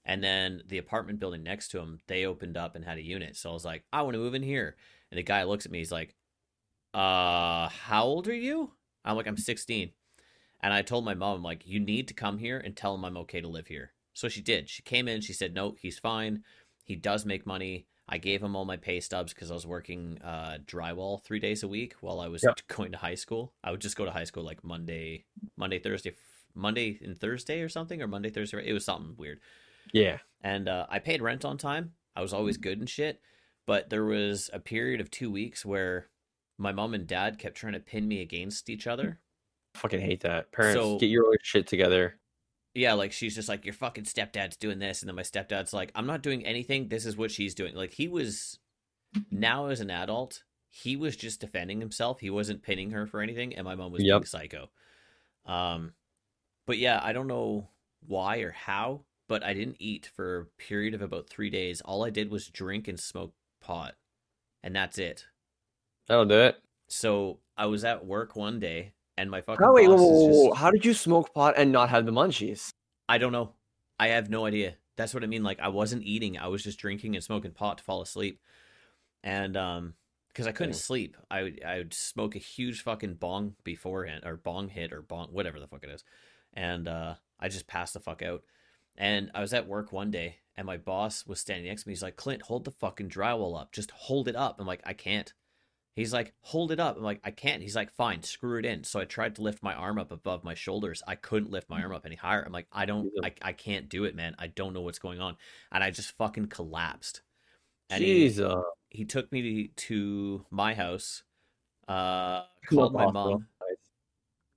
Speaker 1: And then the apartment building next to him, they opened up and had a unit. So I was like, I want to move in here. And the guy looks at me, he's like, Uh, how old are you? I'm like, I'm 16. And I told my mom, I'm like, you need to come here and tell him I'm okay to live here. So she did. She came in, she said, No, he's fine. He does make money. I gave him all my pay stubs because I was working uh, drywall three days a week while I was
Speaker 2: Yep.
Speaker 1: going to high school. I would just go to high school like Monday, Monday, Thursday, Monday and Thursday or something, or Monday, Thursday. It was something weird
Speaker 2: Yeah.
Speaker 1: and uh, I paid rent on time. I was always good and shit. But there was a period of two weeks where my mom and dad kept trying to pin me against each other.
Speaker 2: Fucking hate that. Parents,
Speaker 1: So-
Speaker 2: get your own shit together.
Speaker 1: Yeah, like she's just like, your fucking stepdad's doing this. And then my stepdad's like, I'm not doing anything. This is what she's doing. Like he was, now as an adult, he was just defending himself. He wasn't pinning her for anything. And my mom was being
Speaker 2: Yep.
Speaker 1: psycho. Um, but yeah, I don't know why or how, but I didn't eat for a period of about three days. All I did was drink and smoke pot, and that's it.
Speaker 2: That'll do it.
Speaker 1: So I was at work one day, and my fucking
Speaker 2: Oh, wait, whoa,
Speaker 1: boss
Speaker 2: whoa,
Speaker 1: is
Speaker 2: whoa,
Speaker 1: just-
Speaker 2: whoa. How did you smoke pot and not have the munchies?
Speaker 1: I don't know. I have no idea. That's what I mean. Like I wasn't eating. I was just drinking and smoking pot to fall asleep, and um, because I couldn't
Speaker 2: Dang.
Speaker 1: sleep, I would I would smoke a huge fucking bong beforehand, or bong hit, or bong whatever the fuck it is, and uh, I just passed the fuck out. And I was at work one day, and my boss was standing next to me. He's like, "Clint, hold the fucking drywall up. Just hold it up." I'm like, "I can't." He's like, "Hold it up." I'm like, "I can't." He's like, "Fine, screw it in." So I tried to lift my arm up above my shoulders. I couldn't lift my arm up any higher. I'm like, "I don't, I, I can't do it, man. I don't know what's going on," and I just fucking collapsed. And he-
Speaker 2: Jesus.
Speaker 1: he took me to, to my house. Uh,
Speaker 2: Not
Speaker 1: called
Speaker 2: the
Speaker 1: my
Speaker 2: hospital.
Speaker 1: mom.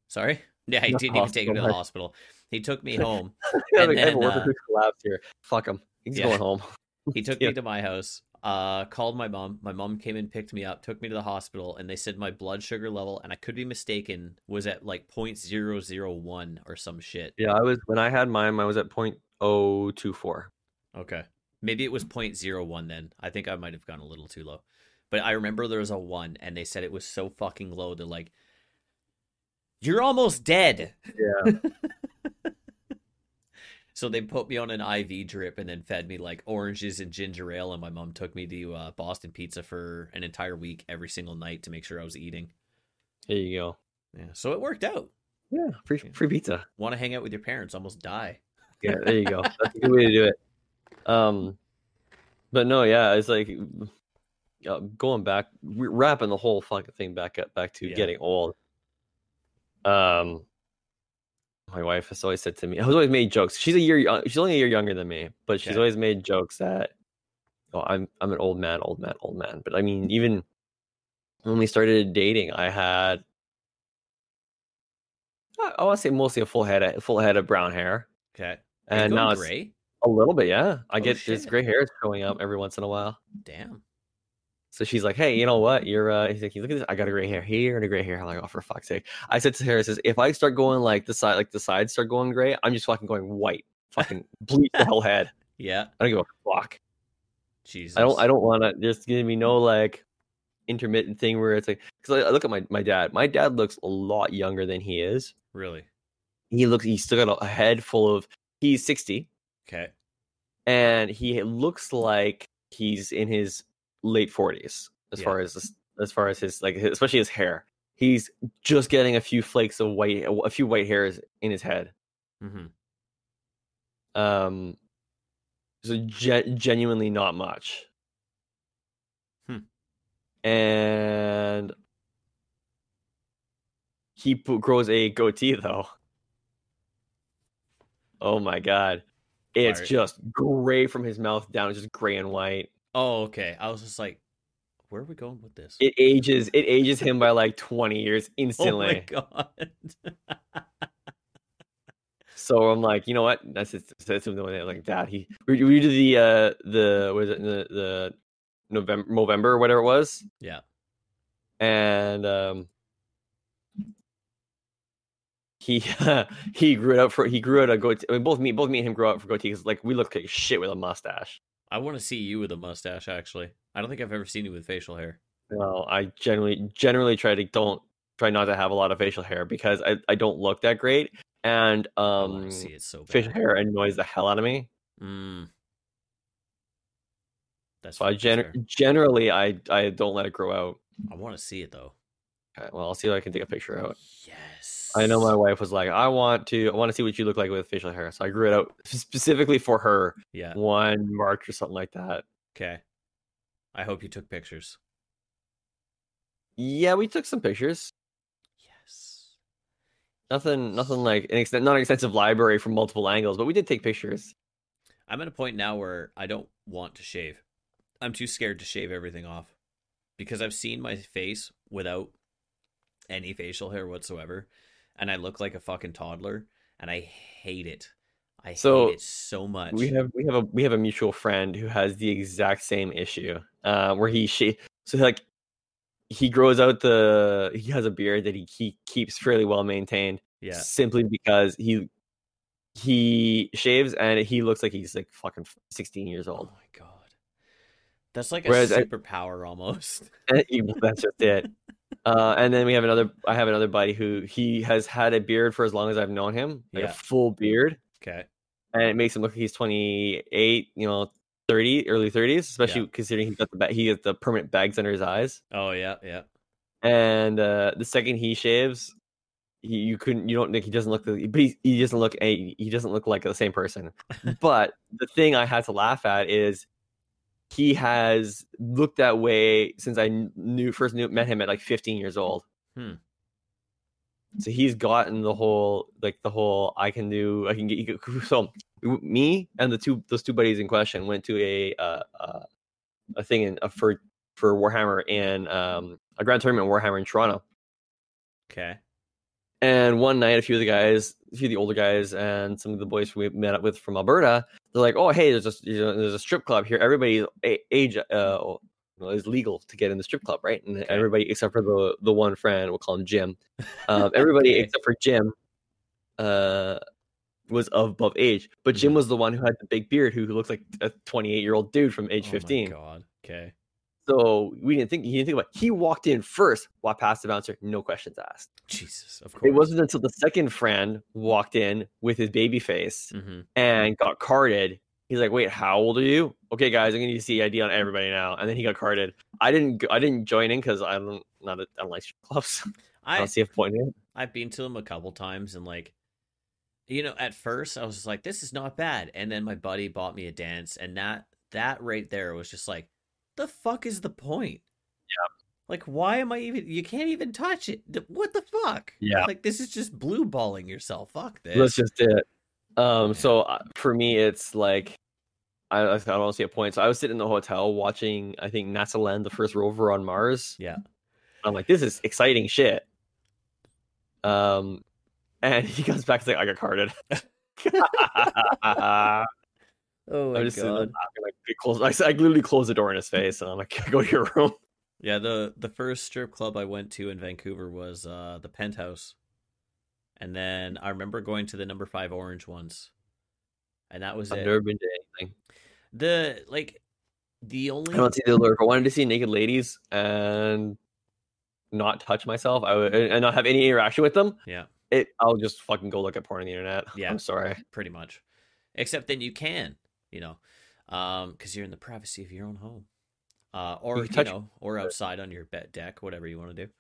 Speaker 1: Sorry, yeah, he
Speaker 2: Not
Speaker 1: didn't even take me to the
Speaker 2: hospital.
Speaker 1: hospital. He took me home.
Speaker 2: Yeah,
Speaker 1: And
Speaker 2: like,
Speaker 1: then,
Speaker 2: everyone
Speaker 1: uh,
Speaker 2: could collapse here. Fuck him. He's
Speaker 1: Yeah.
Speaker 2: going home.
Speaker 1: He took
Speaker 2: Yeah.
Speaker 1: me to my house. Uh, called my mom. My mom came and picked me up, took me to the hospital, and they said my blood sugar level, and I could be mistaken, was at like 0.001 or some shit.
Speaker 2: Yeah, I was when I had mine. I was at point oh two four.
Speaker 1: Okay. Maybe it was 0.01 then. I think I might have gone a little too low. But I remember there was a 1 and they said it was so fucking low they're like you're almost dead.
Speaker 2: Yeah,
Speaker 1: So they put me on an IV drip and then fed me like oranges and ginger ale and my mom took me to uh, Boston Pizza for an entire week every single night to make sure I was eating.
Speaker 2: there you go.
Speaker 1: Yeah. So it worked out.
Speaker 2: Yeah, free
Speaker 1: Yeah.
Speaker 2: free pizza.
Speaker 1: Want to hang out with your parents, almost die.
Speaker 2: Yeah, there you go. That's a good way to do it. Um, but no, yeah, it's like uh, going back, re- wrapping the whole fucking thing back up, back to
Speaker 1: Yeah.
Speaker 2: getting old. Um, my wife has always said to me, I was always made jokes. She's a year, yo- she's only a year younger than me, but she's
Speaker 1: Okay.
Speaker 2: always made jokes that, oh, I'm I'm an old man, old man, old man. But I mean, even when we started dating, I had. I- I want to say mostly a full head, of- full head of brown hair.
Speaker 1: Okay. Are you
Speaker 2: And
Speaker 1: going
Speaker 2: now Uh, it's
Speaker 1: gray?
Speaker 2: a little bit, yeah. I
Speaker 1: Oh,
Speaker 2: get this
Speaker 1: shit.
Speaker 2: gray hair is showing up every once in a while.
Speaker 1: Damn.
Speaker 2: So she's like, "Hey, you know what?
Speaker 1: Mm-hmm.
Speaker 2: You're uh, he's like, look at this. I got a gray hair here and a gray hair." I'm like, "Oh, for fuck's sake!" I said to her, "I says if I start going like the side, like the sides start going gray, I'm just fucking going white, fucking bleach the whole head.
Speaker 1: Yeah.
Speaker 2: I don't give a fuck.
Speaker 1: Jesus.
Speaker 2: I don't. I don't want to. There's gonna be no like intermittent thing where it's like because I, I look at my my dad. My dad looks a lot younger than he is.
Speaker 1: really.
Speaker 2: He looks. He's still got a head full of. He's sixty.
Speaker 1: Okay.
Speaker 2: and he looks like he's in his late 40s as
Speaker 1: Yeah.
Speaker 2: far as as far as his like his- especially his hair he's just getting a few flakes of white a few white hairs in his head
Speaker 1: Mm-hmm.
Speaker 2: um so ge- genuinely not much
Speaker 1: Hmm.
Speaker 2: and he p- grows a goatee though oh my god it's
Speaker 1: Fire.
Speaker 2: just gray from his mouth down it's just gray and white
Speaker 1: Oh, okay. I was just like, where are we going with this?
Speaker 2: it ages it ages him by like 20 years
Speaker 1: oh my
Speaker 2: instantly
Speaker 1: god.
Speaker 2: So I'm like, you know what? That's it. That's something like that. Like dad, he we, we did the uh the was it the, the November November or whatever it was.
Speaker 1: Yeah.
Speaker 2: And um he he grew it up for he grew out a goatee. I mean, both me both me and him grew up for goatee because like we look like shit with a mustache.
Speaker 1: I want to see you with a mustache. Actually, I don't think I've ever seen you with facial hair.
Speaker 2: No, I generally generally try to don't try not to have a lot of facial hair because I, I don't look that great and
Speaker 1: Oh, I
Speaker 2: um
Speaker 1: want to see it so bad.
Speaker 2: facial hair annoys the hell out of me.
Speaker 1: Mm. That's
Speaker 2: So I
Speaker 1: that's
Speaker 2: gen-
Speaker 1: fair.
Speaker 2: generally I I don't let it grow out.
Speaker 1: I want to see it though.
Speaker 2: Okay, well, I'll see if I can take a picture out.
Speaker 1: Yes.
Speaker 2: I know my wife was like, I want to I want to see what you look like with facial hair. So I grew it out specifically for her,
Speaker 1: Yeah.
Speaker 2: one March or something like that.
Speaker 1: Okay. I hope you took pictures.
Speaker 2: Yeah, we took some pictures.
Speaker 1: Yes.
Speaker 2: Nothing nothing like an extent not an extensive library from multiple angles, but we did take pictures.
Speaker 1: I'm at a point now where I don't want to shave. I'm too scared to shave everything off because I've seen my face without any facial hair whatsoever, and I look like a fucking toddler, and I hate it. I
Speaker 2: So,
Speaker 1: hate it so much.
Speaker 2: We have we have a we have a mutual friend who has the exact same issue. Uh, where he she so like he grows out the he has a beard that he, he keeps fairly well maintained
Speaker 1: yeah.
Speaker 2: simply because he he shaves and he looks like he's like fucking 16 years
Speaker 1: Oh
Speaker 2: old.
Speaker 1: my god. That's like a
Speaker 2: Whereas I-
Speaker 1: superpower almost.
Speaker 2: And he- That's just it. Uh, and then we have another. I have another buddy who he has had a beard for as long as I've known him, like
Speaker 1: Yeah.
Speaker 2: a full beard,
Speaker 1: Okay.
Speaker 2: and it makes him look like he's 28, you know, 30, early 30s, especially considering he got the ba- he has the permanent bags under his eyes.
Speaker 1: Oh yeah, yeah.
Speaker 2: And uh, the second he shaves, he, you couldn't, you don't think he doesn't look, like- but he, he doesn't look, a, he doesn't look like the same person. but the thing I had to laugh at is he has looked that way since I kn- knew first knew met him at like 15 years old.
Speaker 1: Hmm.
Speaker 2: So he's gotten the whole like the whole I can do I can get you can- so me and the two those two buddies in question went to a uh, uh a thing in a, for for Warhammer in um a grand tournament in Warhammer in Toronto.
Speaker 1: Okay.
Speaker 2: And one night, a few of the guys, a few of the older guys, and some of the boys we met up with from Alberta, they're like, "Oh, hey, there's a you know, there's a strip club here. Everybody's a- age uh, you know, is legal to get in the strip club, right? And everybody except for the the one friend, we'll call him Jim. Um, everybody
Speaker 1: Okay.
Speaker 2: except for Jim uh, was of above age, but Jim
Speaker 1: Mhm.
Speaker 2: was the one who had the big beard, who looked like a 28 year old dude from age
Speaker 1: Oh my
Speaker 2: 15.
Speaker 1: god. Okay.
Speaker 2: So we didn't think he didn't think about. It. He walked in first, walked past the bouncer, no questions asked.
Speaker 1: Jesus, of course.
Speaker 2: It wasn't until the second friend walked in with his baby face
Speaker 1: hmm
Speaker 2: and got carded. He's like, "Wait, how old are you?" Okay, guys, I'm gonna need to see ID on everybody now. And then he got carded. I didn't. go- I didn't join in because I don't. Not. A, I don't like strip clubs. I
Speaker 1: I
Speaker 2: don't see a point in it.
Speaker 1: I've been to them a couple times and like you know, at first I was just like, this is not bad. And then my buddy bought me a dance and that that right there was just like, the fuck is the point? Yeah. Like why am I even you can't even touch it. Th- What the fuck?
Speaker 2: Yeah.
Speaker 1: Like this is just blue balling yourself. Fuck this.
Speaker 2: That's just it. Um. So uh, for me, it's like. I, I don't see a point. So I was sitting in the hotel watching, I think NASA land the first rover on Mars.
Speaker 1: Yeah.
Speaker 2: I'm like, this is exciting shit. Um, and he comes back and like, I got carded. I'm
Speaker 1: oh
Speaker 2: just sitting there laughing, like, I close- I, s- I literally close the door in his face, and I'm like, "Go to your room."
Speaker 1: Yeah, the the first strip club I went to in Vancouver was uh the Penthouse. And then I remember going to the number 5 orange once. And that was
Speaker 2: I've
Speaker 1: it.
Speaker 2: never been to anything.
Speaker 1: The like the only
Speaker 2: I don't see the allure. If I wanted to see naked ladies and not touch myself, I would, and not have any interaction with them.
Speaker 1: Yeah.
Speaker 2: it. I'll just fucking go look at porn on the internet.
Speaker 1: Yeah.
Speaker 2: I'm sorry.
Speaker 1: pretty much. Except then you can, you know, um, because you're in the privacy of your own home, uh, or
Speaker 2: can
Speaker 1: you,
Speaker 2: touch-
Speaker 1: know, or outside on your bed deck, whatever you want to do.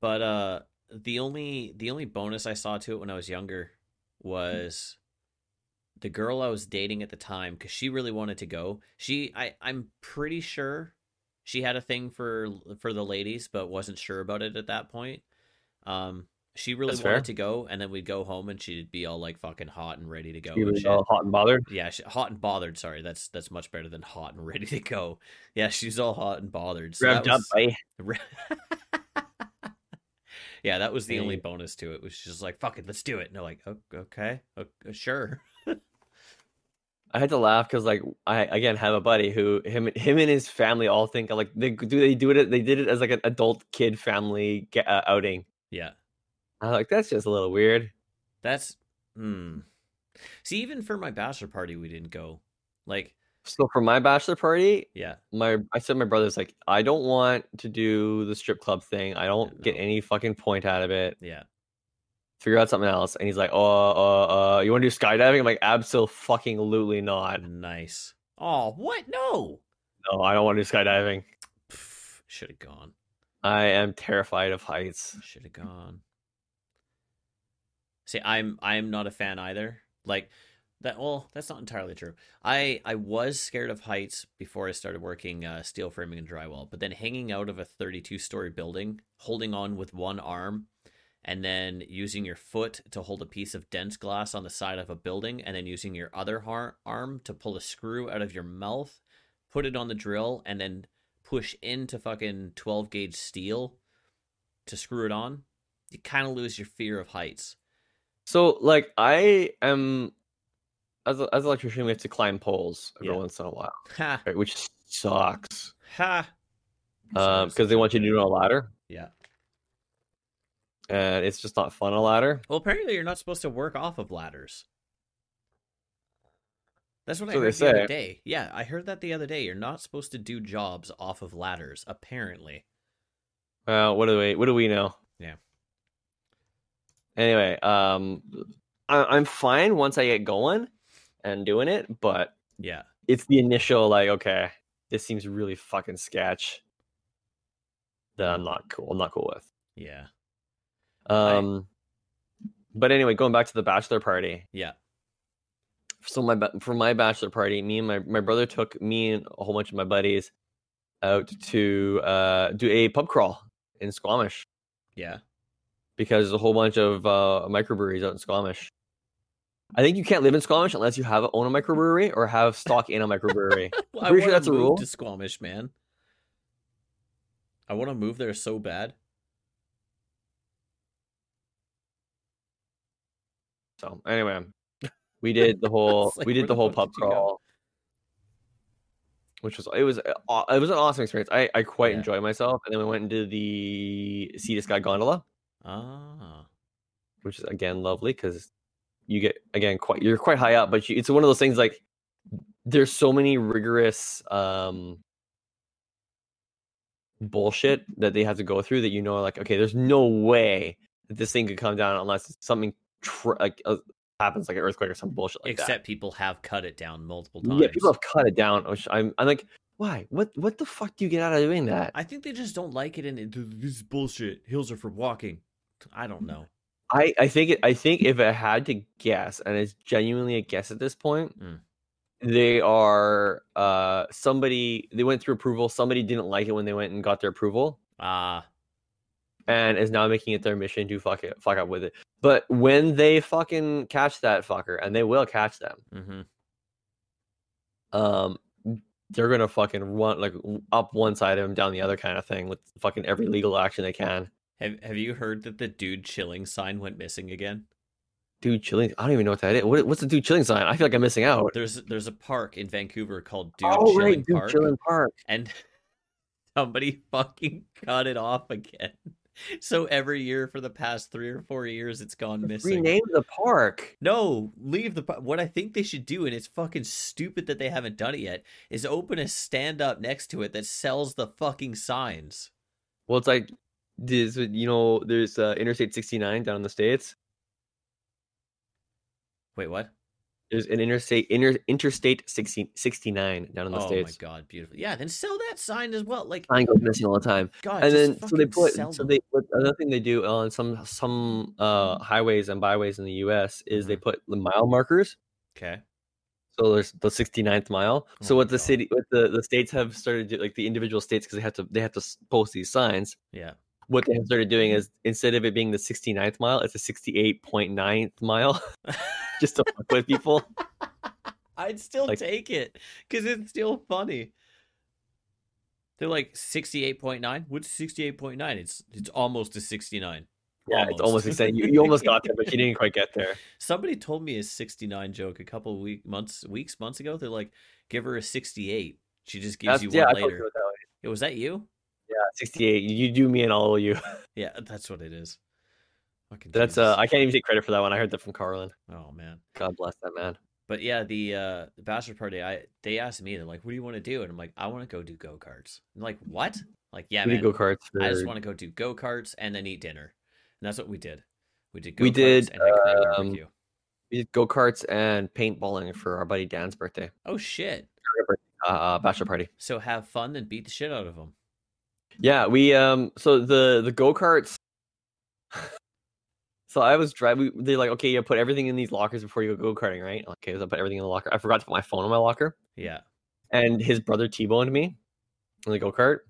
Speaker 1: But uh, the only the only bonus I saw to it when I was younger
Speaker 2: Hmm.
Speaker 1: was the girl I was dating at the time because she really wanted to go. She, I, I'm pretty sure she had a thing for for the ladies, but wasn't sure about it at that point. Um, she really
Speaker 2: That's
Speaker 1: wanted
Speaker 2: fair.
Speaker 1: to go, and then we'd go home, and she'd be all like fucking hot and ready to go.
Speaker 2: You
Speaker 1: and
Speaker 2: was
Speaker 1: shit.
Speaker 2: all hot and bothered.
Speaker 1: Yeah, she, hot and bothered. Sorry, that's that's much better than hot and ready to go. Yeah, she's all hot and bothered. So that
Speaker 2: Revved up,
Speaker 1: was-
Speaker 2: buddy.
Speaker 1: Re- yeah, that was the only
Speaker 2: Hey.
Speaker 1: bonus to it. Was just like, fuck it, let's do it. And they're like, "O- okay, o- sure.
Speaker 2: I had to laugh because like I again have a buddy who him him and his family all think like they do they do it they did it as like an adult kid family ge- uh, outing.
Speaker 1: Yeah,
Speaker 2: I was like that's just a little weird.
Speaker 1: that's hmm. See, even for my bachelor party, we didn't go. Like,
Speaker 2: So for my bachelor party,
Speaker 1: yeah,
Speaker 2: my I said to my brother's like I don't want to do the strip club thing. I don't get
Speaker 1: No.
Speaker 2: any fucking point out of it.
Speaker 1: yeah,
Speaker 2: Figure out something else. And he's like, oh, uh, uh, you want to do skydiving? I'm like, absolutely not.
Speaker 1: Mm. nice. Oh, what? No,
Speaker 2: No, I don't want to do skydiving.
Speaker 1: should have gone.
Speaker 2: I am terrified of heights.
Speaker 1: Should have gone. See, I'm I'm not a fan either. Like that. Well, that's not entirely true. I I was scared of heights before I started working uh, steel framing and drywall, but then hanging out of a 32 story building, holding on with one arm, and then using your foot to hold a piece of dense glass on the side of a building, and then using your other har- arm to pull a screw out of your mouth, put it on the drill, and then push into fucking 12 gauge steel to screw it on, you kind of lose your fear of heights.
Speaker 2: So like I am as a, as an electrician, we have to climb poles every
Speaker 1: Yeah.
Speaker 2: once in a while,
Speaker 1: Ha
Speaker 2: right? which sucks
Speaker 1: ha.
Speaker 2: because Uh, they want you to do it on a ladder,
Speaker 1: Yeah.
Speaker 2: and it's just not fun on a ladder.
Speaker 1: Well, apparently you're not supposed to work off of ladders. That's what I
Speaker 2: So they
Speaker 1: heard the other
Speaker 2: say.
Speaker 1: day. Yeah, I heard that the other day. You're not supposed to do jobs off of ladders, apparently.
Speaker 2: Well, what do we what do we know?
Speaker 1: Yeah.
Speaker 2: Anyway, um, I, I'm fine once I get going and doing it, but
Speaker 1: Yeah.
Speaker 2: it's the initial like, okay, this seems really fucking sketch. That I'm not cool. I'm not cool with.
Speaker 1: Yeah.
Speaker 2: Um, but anyway, going back to the bachelor party.
Speaker 1: Yeah.
Speaker 2: So my ba- for my bachelor party, me and my my brother took me and a whole bunch of my buddies out to uh, do a pub crawl in Squamish
Speaker 1: Yeah.
Speaker 2: because there's a whole bunch of uh, microbreweries out in Squamish. I think you can't live in Squamish unless you have own a microbrewery or have stock in a microbrewery.
Speaker 1: Well, I
Speaker 2: Pretty sure
Speaker 1: wanna
Speaker 2: that's a
Speaker 1: move
Speaker 2: rule.
Speaker 1: To Squamish, man. I want to move there so bad.
Speaker 2: So anyway, we did the whole
Speaker 1: It's like,
Speaker 2: we
Speaker 1: where
Speaker 2: did
Speaker 1: the
Speaker 2: the whole
Speaker 1: fuck
Speaker 2: pub
Speaker 1: did you go?
Speaker 2: crawl, which was it was a- aw- it was an awesome experience. I I quite
Speaker 1: Yeah.
Speaker 2: enjoyed myself, and then we went into the Sea to Sky gondola,
Speaker 1: Ah.
Speaker 2: which is again lovely because you get again quite you're quite high up, but you, it's one of those things like there's so many rigorous um bullshit that they have to go through that you know like okay there's no way that this thing could come down unless something tr- like uh, happens like an earthquake or some bullshit like that.
Speaker 1: Except people have cut it down multiple times.
Speaker 2: Yeah, people have cut it down. Which I'm, I'm like, why? What? What the fuck do you get out of doing that?
Speaker 1: I think they just don't like it, and it, this is bullshit. Hills are for walking. I don't know.
Speaker 2: I, I think, it, I think if I had to guess, and it's genuinely a guess at this point,
Speaker 1: Mm.
Speaker 2: they are uh somebody they went through approval. Somebody didn't like it when they went and got their approval,
Speaker 1: Ah,
Speaker 2: and is now making it their mission to fuck it, fuck up with it. But when they fucking catch that fucker, and they will catch them,
Speaker 1: mhm.
Speaker 2: um, they're gonna fucking run like up one side of them, down the other, kind of thing, with fucking every legal action they can.
Speaker 1: have have you heard that the dude chilling sign went missing again?
Speaker 2: Dude chilling. I don't even know what that is. What, what's the dude chilling sign? I feel like I'm missing out.
Speaker 1: There's there's a park in Vancouver called Dude
Speaker 2: oh,
Speaker 1: Chilling
Speaker 2: right, dude
Speaker 1: Park,
Speaker 2: chilling park.
Speaker 1: and somebody fucking cut it off again. So every year for the past three or four years, it's gone missing.
Speaker 2: Rename the park.
Speaker 1: No, leave the. pu- What I think they should do, and it's fucking stupid that they haven't done it yet, is open a stand up next to it that sells the fucking signs.
Speaker 2: Well, it's like this. You know, there's uh, Interstate 69 down in the states.
Speaker 1: Wait, what?
Speaker 2: There's an interstate inter, Interstate 60, 69 down in the
Speaker 1: oh
Speaker 2: states.
Speaker 1: my god, beautiful. Yeah, then sell that sign as well. Like,
Speaker 2: Sign goes missing all the time.
Speaker 1: God,
Speaker 2: and
Speaker 1: just
Speaker 2: then so they
Speaker 1: fucking
Speaker 2: put
Speaker 1: sell
Speaker 2: so
Speaker 1: them.
Speaker 2: they what another thing they do on some some uh highways and byways in the U.S. is
Speaker 1: Mm-hmm.
Speaker 2: they put the mile markers.
Speaker 1: Okay.
Speaker 2: So there's the 69th mile. so
Speaker 1: Oh my
Speaker 2: what the
Speaker 1: God.
Speaker 2: city, what the, the states have started, do, like the individual states, because they have to they have to s- post these signs.
Speaker 1: Yeah.
Speaker 2: What they have started doing is instead of it being the 69th mile, it's a 68.9th mile, just to fuck with people.
Speaker 1: I'd still
Speaker 2: Like-
Speaker 1: take it because it's still funny. They're like sixty eight point nine. What's sixty eight point nine? It's it's almost a sixty nine.
Speaker 2: Yeah, it's almost the same. You, you almost got there, but you didn't quite get there.
Speaker 1: Somebody told me a 69 joke a couple of week months weeks months ago. They're like, give her a 68. She just gives
Speaker 2: That's-
Speaker 1: you
Speaker 2: yeah, I
Speaker 1: one
Speaker 2: told you
Speaker 1: later.
Speaker 2: about that one.
Speaker 1: Yeah, was that you?
Speaker 2: Yeah, sixty-eight. You do me and all of you.
Speaker 1: Yeah, that's what it is. Fucking
Speaker 2: That's uh,
Speaker 1: genius.
Speaker 2: I can't even take credit for that one. I heard that from Carlin.
Speaker 1: oh man.
Speaker 2: God bless that man.
Speaker 1: But yeah, the uh the bachelor party, I they asked me, they're like, What do you want to do? And I'm like, I want to go do go karts. Like, what? Like, yeah,
Speaker 2: we
Speaker 1: man.
Speaker 2: did go karts.
Speaker 1: I just want to go do go karts and then eat dinner. And that's what we did. We did go
Speaker 2: We did,
Speaker 1: and then Korean
Speaker 2: um,
Speaker 1: barbecue.
Speaker 2: go karts and paintballing for our buddy Dan's birthday
Speaker 1: Oh shit.
Speaker 2: uh, uh, bachelor party.
Speaker 1: So have fun and beat the shit out of them.
Speaker 2: Yeah, we um. So the the go karts. so I was driving. They're like, okay, you put everything in these lockers before you go go karting, right? Okay, so I put everything in the locker. I forgot to put my phone in my locker,
Speaker 1: Yeah.
Speaker 2: and his brother T boned me in the go kart.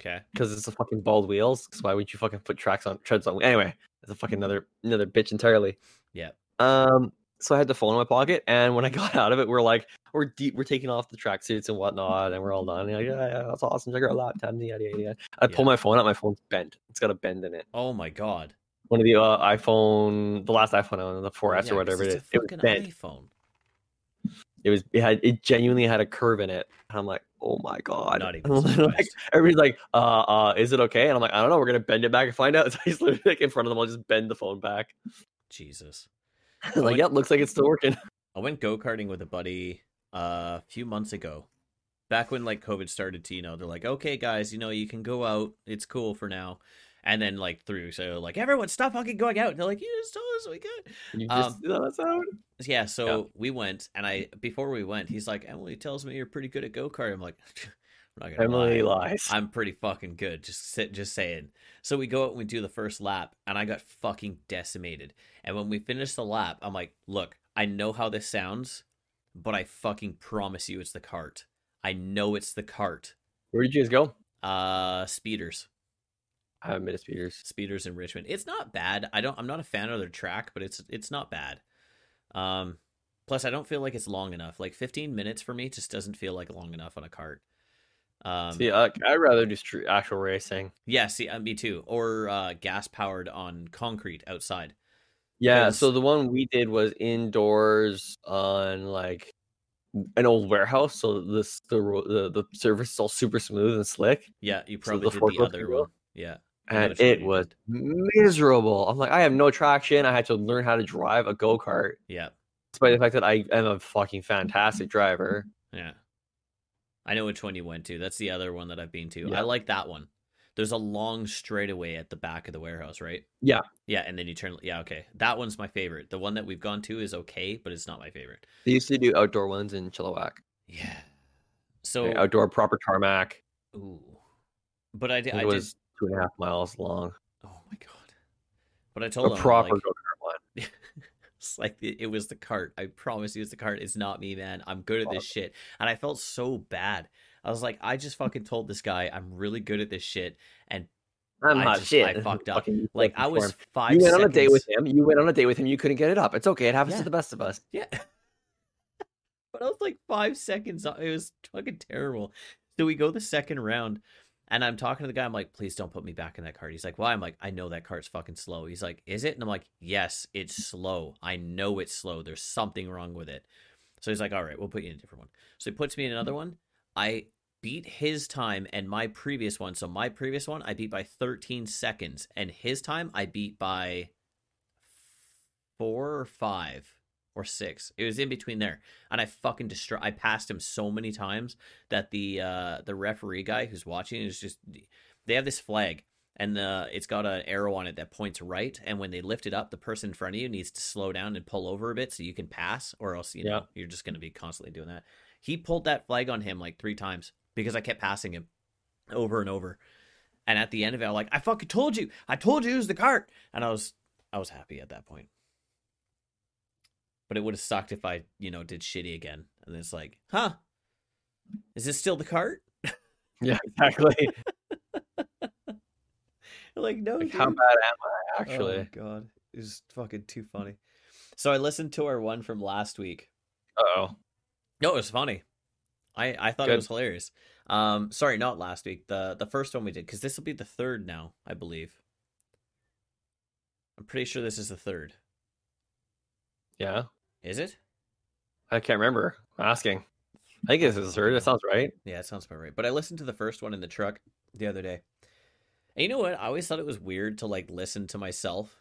Speaker 1: Okay.
Speaker 2: because it's a fucking bald wheels. 'cause why would you fucking put tracks on treads on? Anyway, it's a fucking another another bitch entirely.
Speaker 1: Yeah.
Speaker 2: Um. So I had the phone in my pocket, and when I got out of it, we're like, we're deep, we're taking off the tracksuits and whatnot, and we're all done. And you're like, yeah, yeah, that's awesome. Check out laptop. Yada yada yada. I pull
Speaker 1: Yeah.
Speaker 2: my phone out. My phone's bent. It's got a bend in it.
Speaker 1: Oh my god.
Speaker 2: One of the uh, iPhone, the last iPhone, I owned, the 4S
Speaker 1: Yeah,
Speaker 2: or
Speaker 1: 'cause
Speaker 2: whatever it
Speaker 1: it's
Speaker 2: is,
Speaker 1: a
Speaker 2: it was
Speaker 1: fucking
Speaker 2: bent.
Speaker 1: iPhone.
Speaker 2: It was it had it genuinely had a curve in it. And I'm like, oh my god.
Speaker 1: Not even
Speaker 2: And I'm like,
Speaker 1: surprised.
Speaker 2: Everybody's like, uh, uh, is it okay? And I'm like, I don't know. We're gonna bend it back and find out. So I just literally like in front of them. I'll just bend the phone back.
Speaker 1: Jesus.
Speaker 2: like,
Speaker 1: went-
Speaker 2: yep, looks like it's still working.
Speaker 1: I went go karting with a buddy uh, a few months ago. Back when like COVID started to, you know, they're like, okay, guys, you know, you can go out. It's cool for now. And then like through, so like everyone stop fucking going out. And they're like, you just told us we could.
Speaker 2: You just Um, you know, that's out.
Speaker 1: Yeah, so we went, and I before we went, he's like, Emily tells me you're pretty good at go kart. I'm like, I'm not gonna lie.
Speaker 2: Emily lies.
Speaker 1: I'm pretty fucking good. Just sit, just saying. So we go out and we do the first lap, and I got fucking decimated. And when we finished the lap, I'm like, look, I know how this sounds, but I fucking promise you, it's the cart. I know it's the cart.
Speaker 2: Where did you guys go?
Speaker 1: Uh, speeders,
Speaker 2: I haven't been to Speeders.
Speaker 1: speeders in Richmond. It's not bad. I don't. I'm not a fan of their track, but it's it's not bad. Um, plus I don't feel like it's long enough. Like 15 minutes for me just doesn't feel like long enough on a cart. Um,
Speaker 2: See, uh, I'd rather do street, actual racing.
Speaker 1: Yeah, see, uh, me too. Or uh, gas powered on concrete outside.
Speaker 2: Yeah.
Speaker 1: Because-
Speaker 2: So the one we did was indoors on like an old warehouse. So this the ro- the the surface is all super smooth and slick.
Speaker 1: Yeah, you
Speaker 2: So
Speaker 1: probably
Speaker 2: the
Speaker 1: did the
Speaker 2: forklift
Speaker 1: other
Speaker 2: can
Speaker 1: one.
Speaker 2: go?
Speaker 1: Yeah, I know
Speaker 2: and
Speaker 1: which one
Speaker 2: it
Speaker 1: you
Speaker 2: was
Speaker 1: did.
Speaker 2: miserable. I'm like, I have no traction. I had to learn how to drive a go kart,
Speaker 1: yeah,
Speaker 2: despite the fact that I am a fucking fantastic
Speaker 1: Mm-hmm.
Speaker 2: driver.
Speaker 1: yeah. I know which one you went to. That's the other one that I've been to.
Speaker 2: Yeah.
Speaker 1: I like that one. There's a long straightaway at the back of the warehouse, right?
Speaker 2: Yeah.
Speaker 1: Yeah, and then you turn. Yeah, okay. That one's my favorite. The one that we've gone to is okay, but it's not my favorite.
Speaker 2: They used to do outdoor ones in Chilliwack,
Speaker 1: Yeah.
Speaker 2: like,
Speaker 1: So,
Speaker 2: outdoor proper tarmac.
Speaker 1: ooh. But I did.
Speaker 2: It
Speaker 1: I
Speaker 2: was
Speaker 1: did.
Speaker 2: two and a half miles long.
Speaker 1: Oh my god. But I told
Speaker 2: a
Speaker 1: them I'm
Speaker 2: proper
Speaker 1: like,
Speaker 2: go kart one.
Speaker 1: It's like it, it was the cart. I promise you, it's the cart. It's not me, man. I'm good at this shit, and I felt so bad. I was like, I just fucking told this guy I'm really good at this shit.
Speaker 2: I'm
Speaker 1: I
Speaker 2: not
Speaker 1: just-
Speaker 2: shit.
Speaker 1: I fucked up.
Speaker 2: Fucking
Speaker 1: Like
Speaker 2: useless
Speaker 1: I was
Speaker 2: form.
Speaker 1: five.
Speaker 2: You went on a date with
Speaker 1: seconds-
Speaker 2: him. You went on a date with him. You couldn't get it up. It's okay. It happens
Speaker 1: Yeah.
Speaker 2: to the best of us.
Speaker 1: Yeah. but I was like five seconds. o- It was fucking terrible. So we go the second round, and I'm talking to the guy. I'm like, please don't put me back in that cart. He's like, why? I'm like, I know that cart's fucking slow. He's like, is it? And I'm like, yes, it's slow. I know it's slow. There's something wrong with it. So he's like, all right, we'll put you in a different one. So he puts me in another one. I beat his time and my previous one. So my previous one, I beat by 13 seconds, and his time, I beat by four or five or six. It was in between there, and I fucking destroy. I passed him so many times that the uh the referee guy who's watching is just they have this flag and the it's got an arrow on it that points right and when they lift it up the person in front of you needs to slow down and pull over a bit so you can pass or else you know you're just going to be constantly doing that he pulled that flag on him like three times because i kept passing him over and over and at the end of it i'm like i fucking told you i told you it was the cart and i was i was happy at that point but it would have sucked if i you know did shitty again and it's like huh is this still the cart
Speaker 2: Yeah, exactly.
Speaker 1: like no
Speaker 2: like, how bad
Speaker 1: dude.
Speaker 2: am I actually?
Speaker 1: Oh my Oh, god, it was fucking too funny. So I listened to our one from last week.
Speaker 2: Uh oh.
Speaker 1: No, it was funny. I I thought it
Speaker 2: Good.
Speaker 1: was hilarious. Um, sorry, not last week. The the first one we did because this will be the third now, I believe. I'm pretty sure this is the third.
Speaker 2: Yeah,
Speaker 1: Is it?
Speaker 2: I can't remember. I'm asking. I think this is third. That sounds right.
Speaker 1: Yeah, it sounds about right. But I listened to the first one in the truck the other day. And you know what? I always thought it was weird to like listen to myself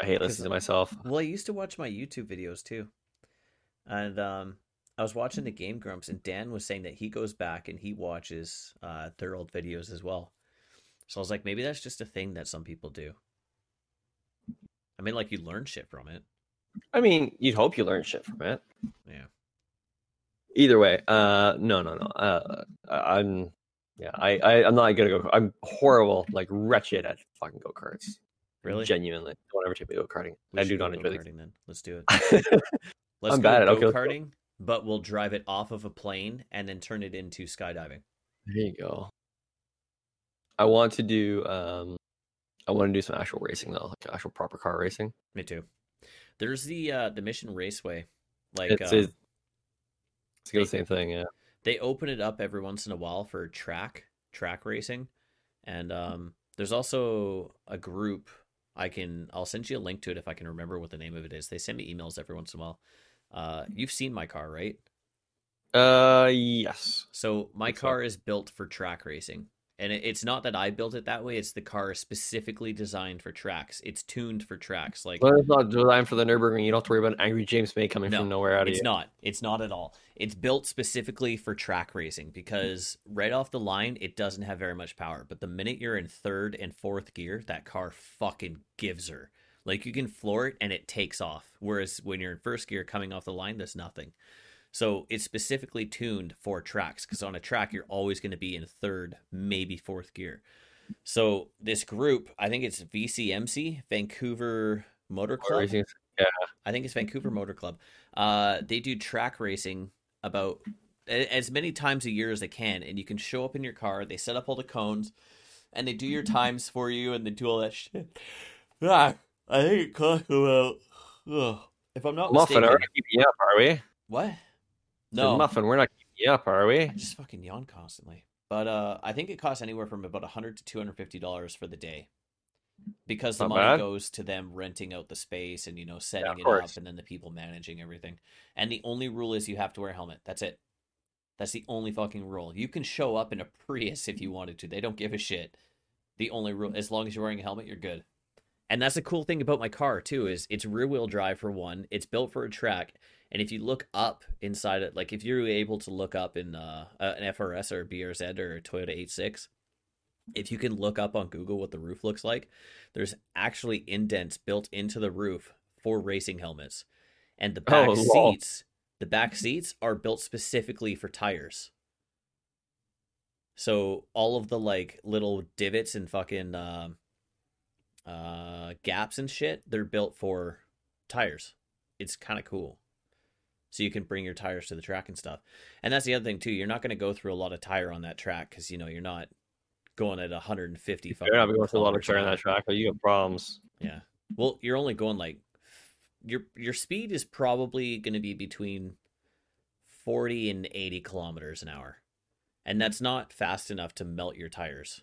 Speaker 2: I hate listening to myself.
Speaker 1: Well, I used to watch my YouTube videos too. And um I was watching the Game Grumps and Dan was saying that he goes back and he watches uh their old videos as well. So I was like maybe that's just a thing that some people do. I mean like you learn shit from it.
Speaker 2: I mean, you'd hope you learn shit from it.
Speaker 1: Yeah.
Speaker 2: Either way, uh, no, no, no. Uh, I- I'm, yeah, I, I, I'm not good at go. I'm horrible, like wretched at fucking go karts.
Speaker 1: Really?
Speaker 2: Genuinely, don't ever take me go karting.
Speaker 1: We
Speaker 2: I
Speaker 1: should
Speaker 2: do
Speaker 1: go
Speaker 2: not enjoy
Speaker 1: go-karting then. Let's do it.
Speaker 2: the.
Speaker 1: Let's
Speaker 2: I'm
Speaker 1: go
Speaker 2: bad at- okay, let's go.
Speaker 1: go-karting, but we'll drive it off of a plane and then turn it into skydiving.
Speaker 2: there you go. I want to do. Um, I want to do some actual racing though, like actual proper car racing.
Speaker 1: Me too. There's the uh the Mission Raceway. Like
Speaker 2: It's,
Speaker 1: uh,
Speaker 2: it's, it's the
Speaker 1: they-
Speaker 2: same thing. Yeah.
Speaker 1: they open it up every once in a while for track track racing and um there's also a group i can i'll send you a link to it if i can remember what the name of it is they send me emails every once in a while uh you've seen my car right
Speaker 2: Uh, yes.
Speaker 1: so my
Speaker 2: Think so.
Speaker 1: car is built for track racing and it, it's not that i built it that way it's the car is specifically designed for tracks it's tuned for tracks like
Speaker 2: But it's not designed for the Nurburgring. You don't have to worry about an angry James May coming
Speaker 1: No,
Speaker 2: from nowhere out of
Speaker 1: It's
Speaker 2: you.
Speaker 1: not. It's not at all. It's built specifically for track racing because right off the line, it doesn't have very much power. But the minute you're in third and fourth gear, that car fucking gives her. Like you can floor it and it takes off. Whereas when you're in first gear coming off the line, there's nothing. So it's specifically tuned for tracks because on a track, you're always going to be in third, maybe fourth gear. So this group, I think it's VCMC, Vancouver Motor
Speaker 2: Car
Speaker 1: Club.
Speaker 2: racing is
Speaker 1: I think it's Vancouver Motor Club. Uh, they do track racing about a- as many times a year as they can, and you can show up in your car. They set up all the cones, and they do your times for you, and they do all that shit. Ah, I think it costs about ugh, if I'm not
Speaker 2: Muffin,
Speaker 1: mistaken.
Speaker 2: are we keeping you up? Are we?
Speaker 1: What?
Speaker 2: No.
Speaker 1: No,
Speaker 2: Muffin, we're not keeping you up, are we?
Speaker 1: I just fucking yawn constantly. But uh, I think it costs anywhere from about hundred to two hundred fifty dollars for the day, because the
Speaker 2: Not
Speaker 1: money
Speaker 2: bad.
Speaker 1: goes to them renting out the space and you know setting
Speaker 2: of
Speaker 1: it
Speaker 2: course.
Speaker 1: up and then the people managing everything. And the only rule is you have to wear a helmet. That's it. That's the only fucking rule. You can show up in a Prius if you wanted to. They don't give a shit. The only rule, as long as you're wearing a helmet, you're good. And that's the cool thing about my car too is it's rear wheel drive for one. It's built for a track, and if you look up inside it, like if you're able to look up in uh, uh, an FRS or a BRZ or a Toyota 86, if you can look up on Google what the roof looks like, there's actually indents built into the roof for racing helmets, and the back
Speaker 2: Oh, lol.
Speaker 1: seats, the back seats are built specifically for tires. So all of the like little divots and fucking um, uh, gaps and shit, they're built for tires. It's kind of cool. So you can bring your tires to the track and stuff. And that's the other thing too. You're not going to go through a lot of tire on that track because you know you're not going at 150.
Speaker 2: You're not
Speaker 1: fucking
Speaker 2: going through a lot of
Speaker 1: kilometers
Speaker 2: turn
Speaker 1: an
Speaker 2: on
Speaker 1: hour.
Speaker 2: that track, but you have problems.
Speaker 1: Yeah. Well, you're only going like your your speed is probably going to be between 40 and 80 kilometers an hour.
Speaker 2: Hmm.
Speaker 1: And that's not fast enough to melt your tires.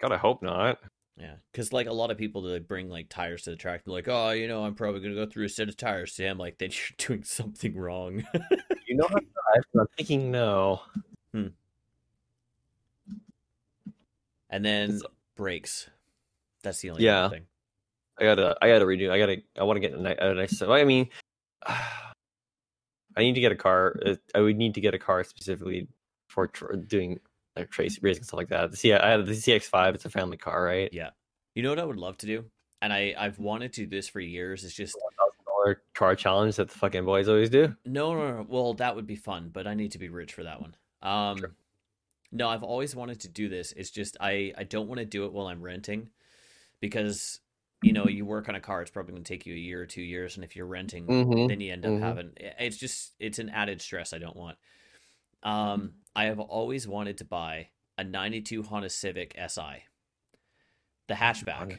Speaker 2: Gotta hope not.
Speaker 1: Yeah, because like a lot of people that bring like tires to the track, they're like, "Oh, you know, I'm probably gonna go through a set of tires today." I'm like, "Then you're doing something wrong."
Speaker 2: You know how to drive, but I'm thinking no.
Speaker 1: and then
Speaker 2: It's-
Speaker 1: brakes. That's the only
Speaker 2: Yeah.
Speaker 1: thing.
Speaker 2: I gotta, I gotta redo. I gotta, I want to get a nice, a nice. I mean, I need to get a car. uh, I would need to get a car specifically for tr- doing like trace racing and stuff like that. The C, I had the CX5. It's a family car, right?
Speaker 1: Yeah. You know what I would love to do, and I I've wanted to do this for years. It's just
Speaker 2: One thousand dollar car challenge that the fucking boys always do.
Speaker 1: no, no, no. Well, that would be fun, but I need to be rich for that one. Um,
Speaker 2: Sure.
Speaker 1: no, I've always wanted to do this. It's just I I don't want to do it while I'm renting, because you know you work on a car. It's probably gonna take you a year or two years, and if you're renting.
Speaker 2: Mm-hmm.
Speaker 1: then you end up
Speaker 2: mhm.
Speaker 1: having it's just it's an added stress i don't want
Speaker 2: Mm-hmm.
Speaker 1: um i have always wanted to buy a 92 honda civic si the hatchback
Speaker 2: Honda.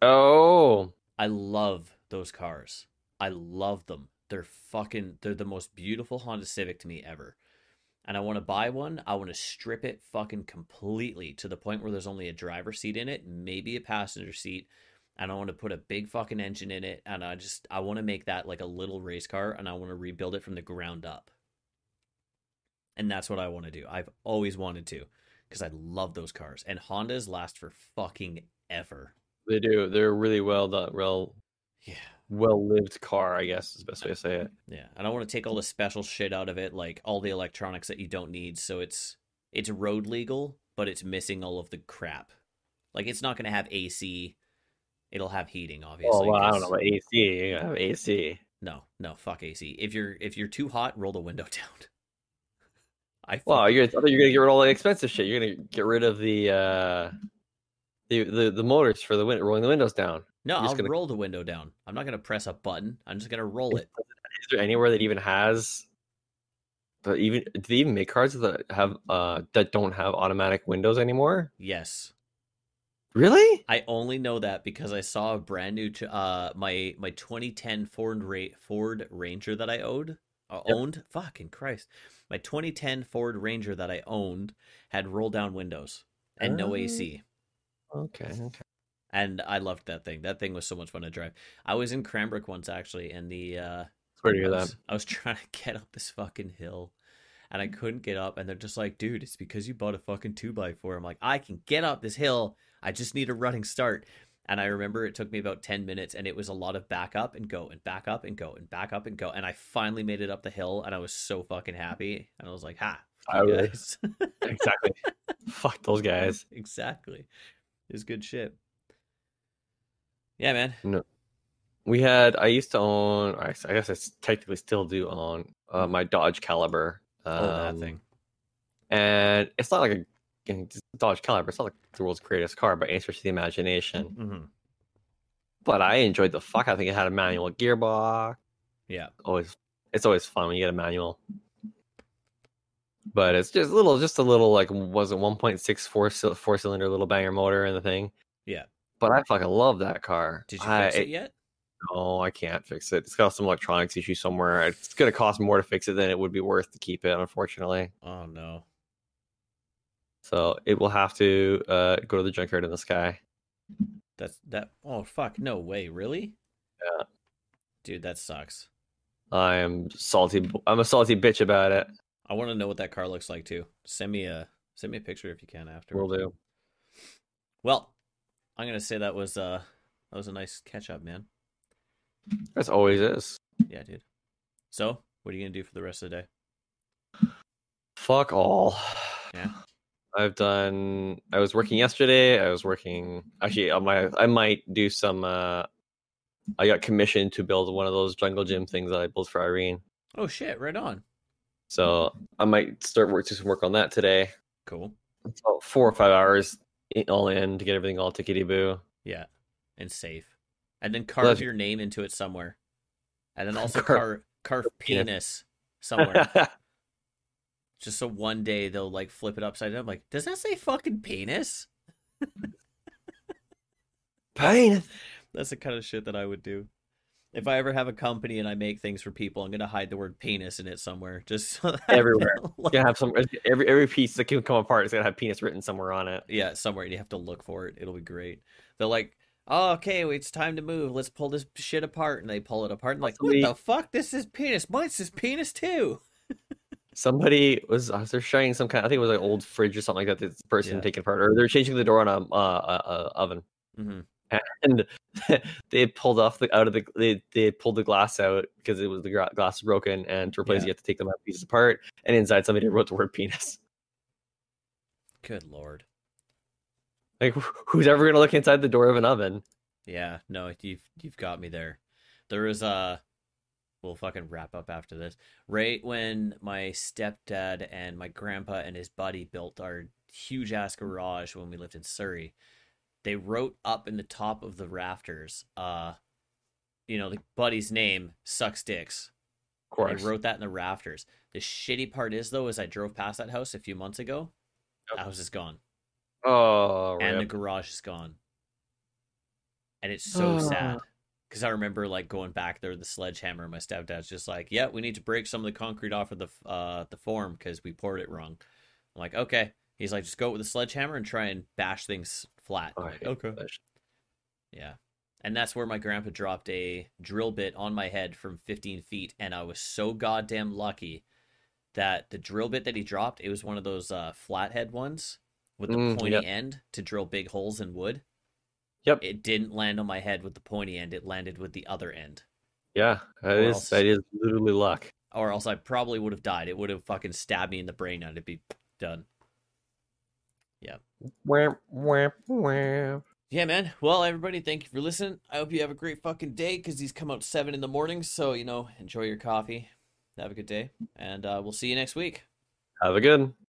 Speaker 2: Oh,
Speaker 1: i love those cars i love them they're fucking they're the most beautiful honda civic to me ever and I want to buy one, I want to strip it fucking completely to the point where there's only a driver seat in it, maybe a passenger seat, and I want to put a big fucking engine in it, and I just I want to make that like a little race car, and I want to rebuild it from the ground up. And that's what I want to do. I've always wanted to because I love those cars, and Hondas last for fucking ever.
Speaker 2: They do. They're really well done, well
Speaker 1: Yeah.
Speaker 2: well lived car. I guess is the best way to say it.
Speaker 1: Yeah, and I want to take all the special shit out of it, like all the electronics that you don't need. So it's it's road legal, but it's missing all of the crap. Like it's not going to have AC. It'll have heating, obviously.
Speaker 2: Oh, well, I don't
Speaker 1: 'cause-
Speaker 2: know about AC. You gotta have AC.
Speaker 1: No, no, fuck AC. If you're if you're too hot, roll the window down. I
Speaker 2: Well,
Speaker 1: fuck-
Speaker 2: you're, I thought you're gonna get rid of all the expensive shit. You're gonna get rid of the uh, the, the the motors for the win- rolling the windows down.
Speaker 1: no,
Speaker 2: you're just
Speaker 1: I'll
Speaker 2: gonna-
Speaker 1: roll the window down. I'm not going to press a button. I'm just going to roll it.
Speaker 2: Is there anywhere that even has? But even do they even make cars that have uh that don't have automatic windows anymore?
Speaker 1: Yes.
Speaker 2: Really?
Speaker 1: I only know that because I saw a brand new ch- uh my my 2010 Ford Ra- Ford Ranger that I owed uh,
Speaker 2: Yep.
Speaker 1: owned fucking Christ. My 2010 Ford Ranger that I owned had roll down windows and no
Speaker 2: Oh.
Speaker 1: AC.
Speaker 2: Okay. okay.
Speaker 1: And I loved that thing. That thing was so much fun to drive. I was in Cranbrook once actually and the uh
Speaker 2: Sorry to hear
Speaker 1: I
Speaker 2: that.
Speaker 1: was, I was trying to get up this fucking hill and I couldn't get up. And they're just like, dude, it's because you bought a fucking two by four. I'm like, I can get up this hill. I just need a running start. And I remember it took me about 10 minutes and it was a lot of back up and go and back up and go and back up and go. And I finally made it up the hill and I was so fucking happy. And I was like, ha,
Speaker 2: I
Speaker 1: you
Speaker 2: was
Speaker 1: guys.
Speaker 2: exactly. Fuck those guys.
Speaker 1: exactly. It's good shit. Yeah, man.
Speaker 2: We had. I used to own. I s- I guess I s- technically still do own uh, my Dodge Caliber. Um,
Speaker 1: Oh, that thing.
Speaker 2: And it's not like a again, it's a Dodge Caliber. It's not like the world's greatest car by any stretch of the imagination.
Speaker 1: hmm
Speaker 2: But I enjoyed the fuck. I think it had a manual gearbox.
Speaker 1: Yeah.
Speaker 2: Always, it's always fun when you get a manual. But it's just a little, just a little like was it 1.6 four cy- four cylinder little banger motor and the thing.
Speaker 1: Yeah.
Speaker 2: But I fucking love that car.
Speaker 1: Did you
Speaker 2: I,
Speaker 1: fix it yet?
Speaker 2: No, Oh, I can't fix it. It's got some electronics issue somewhere. It's gonna cost more to fix it than it would be worth to keep it, unfortunately.
Speaker 1: Oh, no.
Speaker 2: So it will have to uh, go to the junkyard in the sky.
Speaker 1: That's that. Oh fuck! No way! Really? Yeah. Dude, that sucks.
Speaker 2: I am salty. b- I'm a salty bitch about it.
Speaker 1: I want to know what that car looks like too. Send me a send me a picture if you can after.
Speaker 2: Will do.
Speaker 1: Well, I'm gonna say that was uh that was a nice catch up, man.
Speaker 2: That's always is.
Speaker 1: Yeah, dude. So, what are you gonna do for the rest of the day?
Speaker 2: Fuck all.
Speaker 1: Yeah.
Speaker 2: I've done. I was working yesterday. I was working. Actually, I might. I might do some. uh I got commissioned to build one of those jungle gym things that I built for Irene.
Speaker 1: Oh shit! Right on.
Speaker 2: So I might start work do some work on that today.
Speaker 1: Cool.
Speaker 2: It's about four or five hours in- all in to get everything all tickety boo.
Speaker 1: Yeah, and safe. And then carve
Speaker 2: that's-
Speaker 1: your name into it somewhere. And then also carve
Speaker 2: Carve-
Speaker 1: carve
Speaker 2: penis.
Speaker 1: penis somewhere. Just so one day they'll like flip it upside down. Like, does that say fucking penis?
Speaker 2: Pain.
Speaker 1: That's the kind of shit that I would do. If I ever have a company and I make things for people, I'm gonna hide the word penis in it somewhere, just so that
Speaker 2: Everywhere.
Speaker 1: they'll look-
Speaker 2: Gonna have some every every piece that can come apart is gonna have penis written somewhere on it.
Speaker 1: Yeah, somewhere, and you have to look for it. It'll be great. They're like, "Oh, okay, well, it's time to move. Let's pull this shit apart." And they pull it apart, and like, "What
Speaker 2: Possibly-
Speaker 1: the fuck? This is penis. Mine's is penis too."
Speaker 2: Somebody was uh, they're showing some kind. I think it was like old fridge or something like that. This person
Speaker 1: Yeah.
Speaker 2: taking apart, or they're changing the door on a, uh, a, a oven,
Speaker 1: hmm
Speaker 2: and they pulled off the out of the they, they pulled the glass out because it was the gra- glass was broken, and to replace
Speaker 1: Yeah.
Speaker 2: it, you have to take them out pieces apart. And inside, somebody wrote the word penis.
Speaker 1: Good lord.
Speaker 2: Like wh- who's ever gonna look inside the door of an oven?
Speaker 1: Yeah, no, you've you've got me there. There was a we'll fucking wrap up after this. Right when my stepdad and my grandpa and his buddy built our huge ass garage when we lived in Surrey, they wrote up in the top of the rafters, uh you know, the buddy's name sucks dicks.
Speaker 2: Of
Speaker 1: They
Speaker 2: course.
Speaker 1: wrote that in the rafters. The shitty part is though, is I drove past that house a few months ago.
Speaker 2: Yep.
Speaker 1: That house is gone
Speaker 2: oh,
Speaker 1: and the
Speaker 2: rip.
Speaker 1: garage is gone. And it's so
Speaker 2: Ah.
Speaker 1: sad because I remember like going back there with the sledgehammer. and My stepdad's just like, "Yeah, we need to break some of the concrete off of the f- uh the form because we poured it wrong." I'm like, "Okay." He's like, "Just go with the sledgehammer and try and bash things flat." I'm
Speaker 2: Oh, I
Speaker 1: like,
Speaker 2: hate
Speaker 1: okay.
Speaker 2: Flash.
Speaker 1: Yeah. And that's where my grandpa dropped a drill bit on my head from 15 feet. And I was so goddamn lucky that the drill bit that he dropped, it was one of those uh, flathead ones with the
Speaker 2: Mm,
Speaker 1: pointy
Speaker 2: yep.
Speaker 1: end to drill big holes in wood.
Speaker 2: Yep.
Speaker 1: It didn't land on my head with the pointy end, it landed with the other end.
Speaker 2: Yeah, that
Speaker 1: Or
Speaker 2: is
Speaker 1: else-
Speaker 2: that is literally luck.
Speaker 1: Or else I probably would have died. It would have fucking stabbed me in the brain and it'd be done.
Speaker 2: Wham, wham, wham.
Speaker 1: Yeah, man. Well, everybody, thank you for listening. I hope you have a great fucking day because these come out seven in the morning. So you know, enjoy your coffee. Have a good day, and uh, we'll see you next week.
Speaker 2: Have a good. one.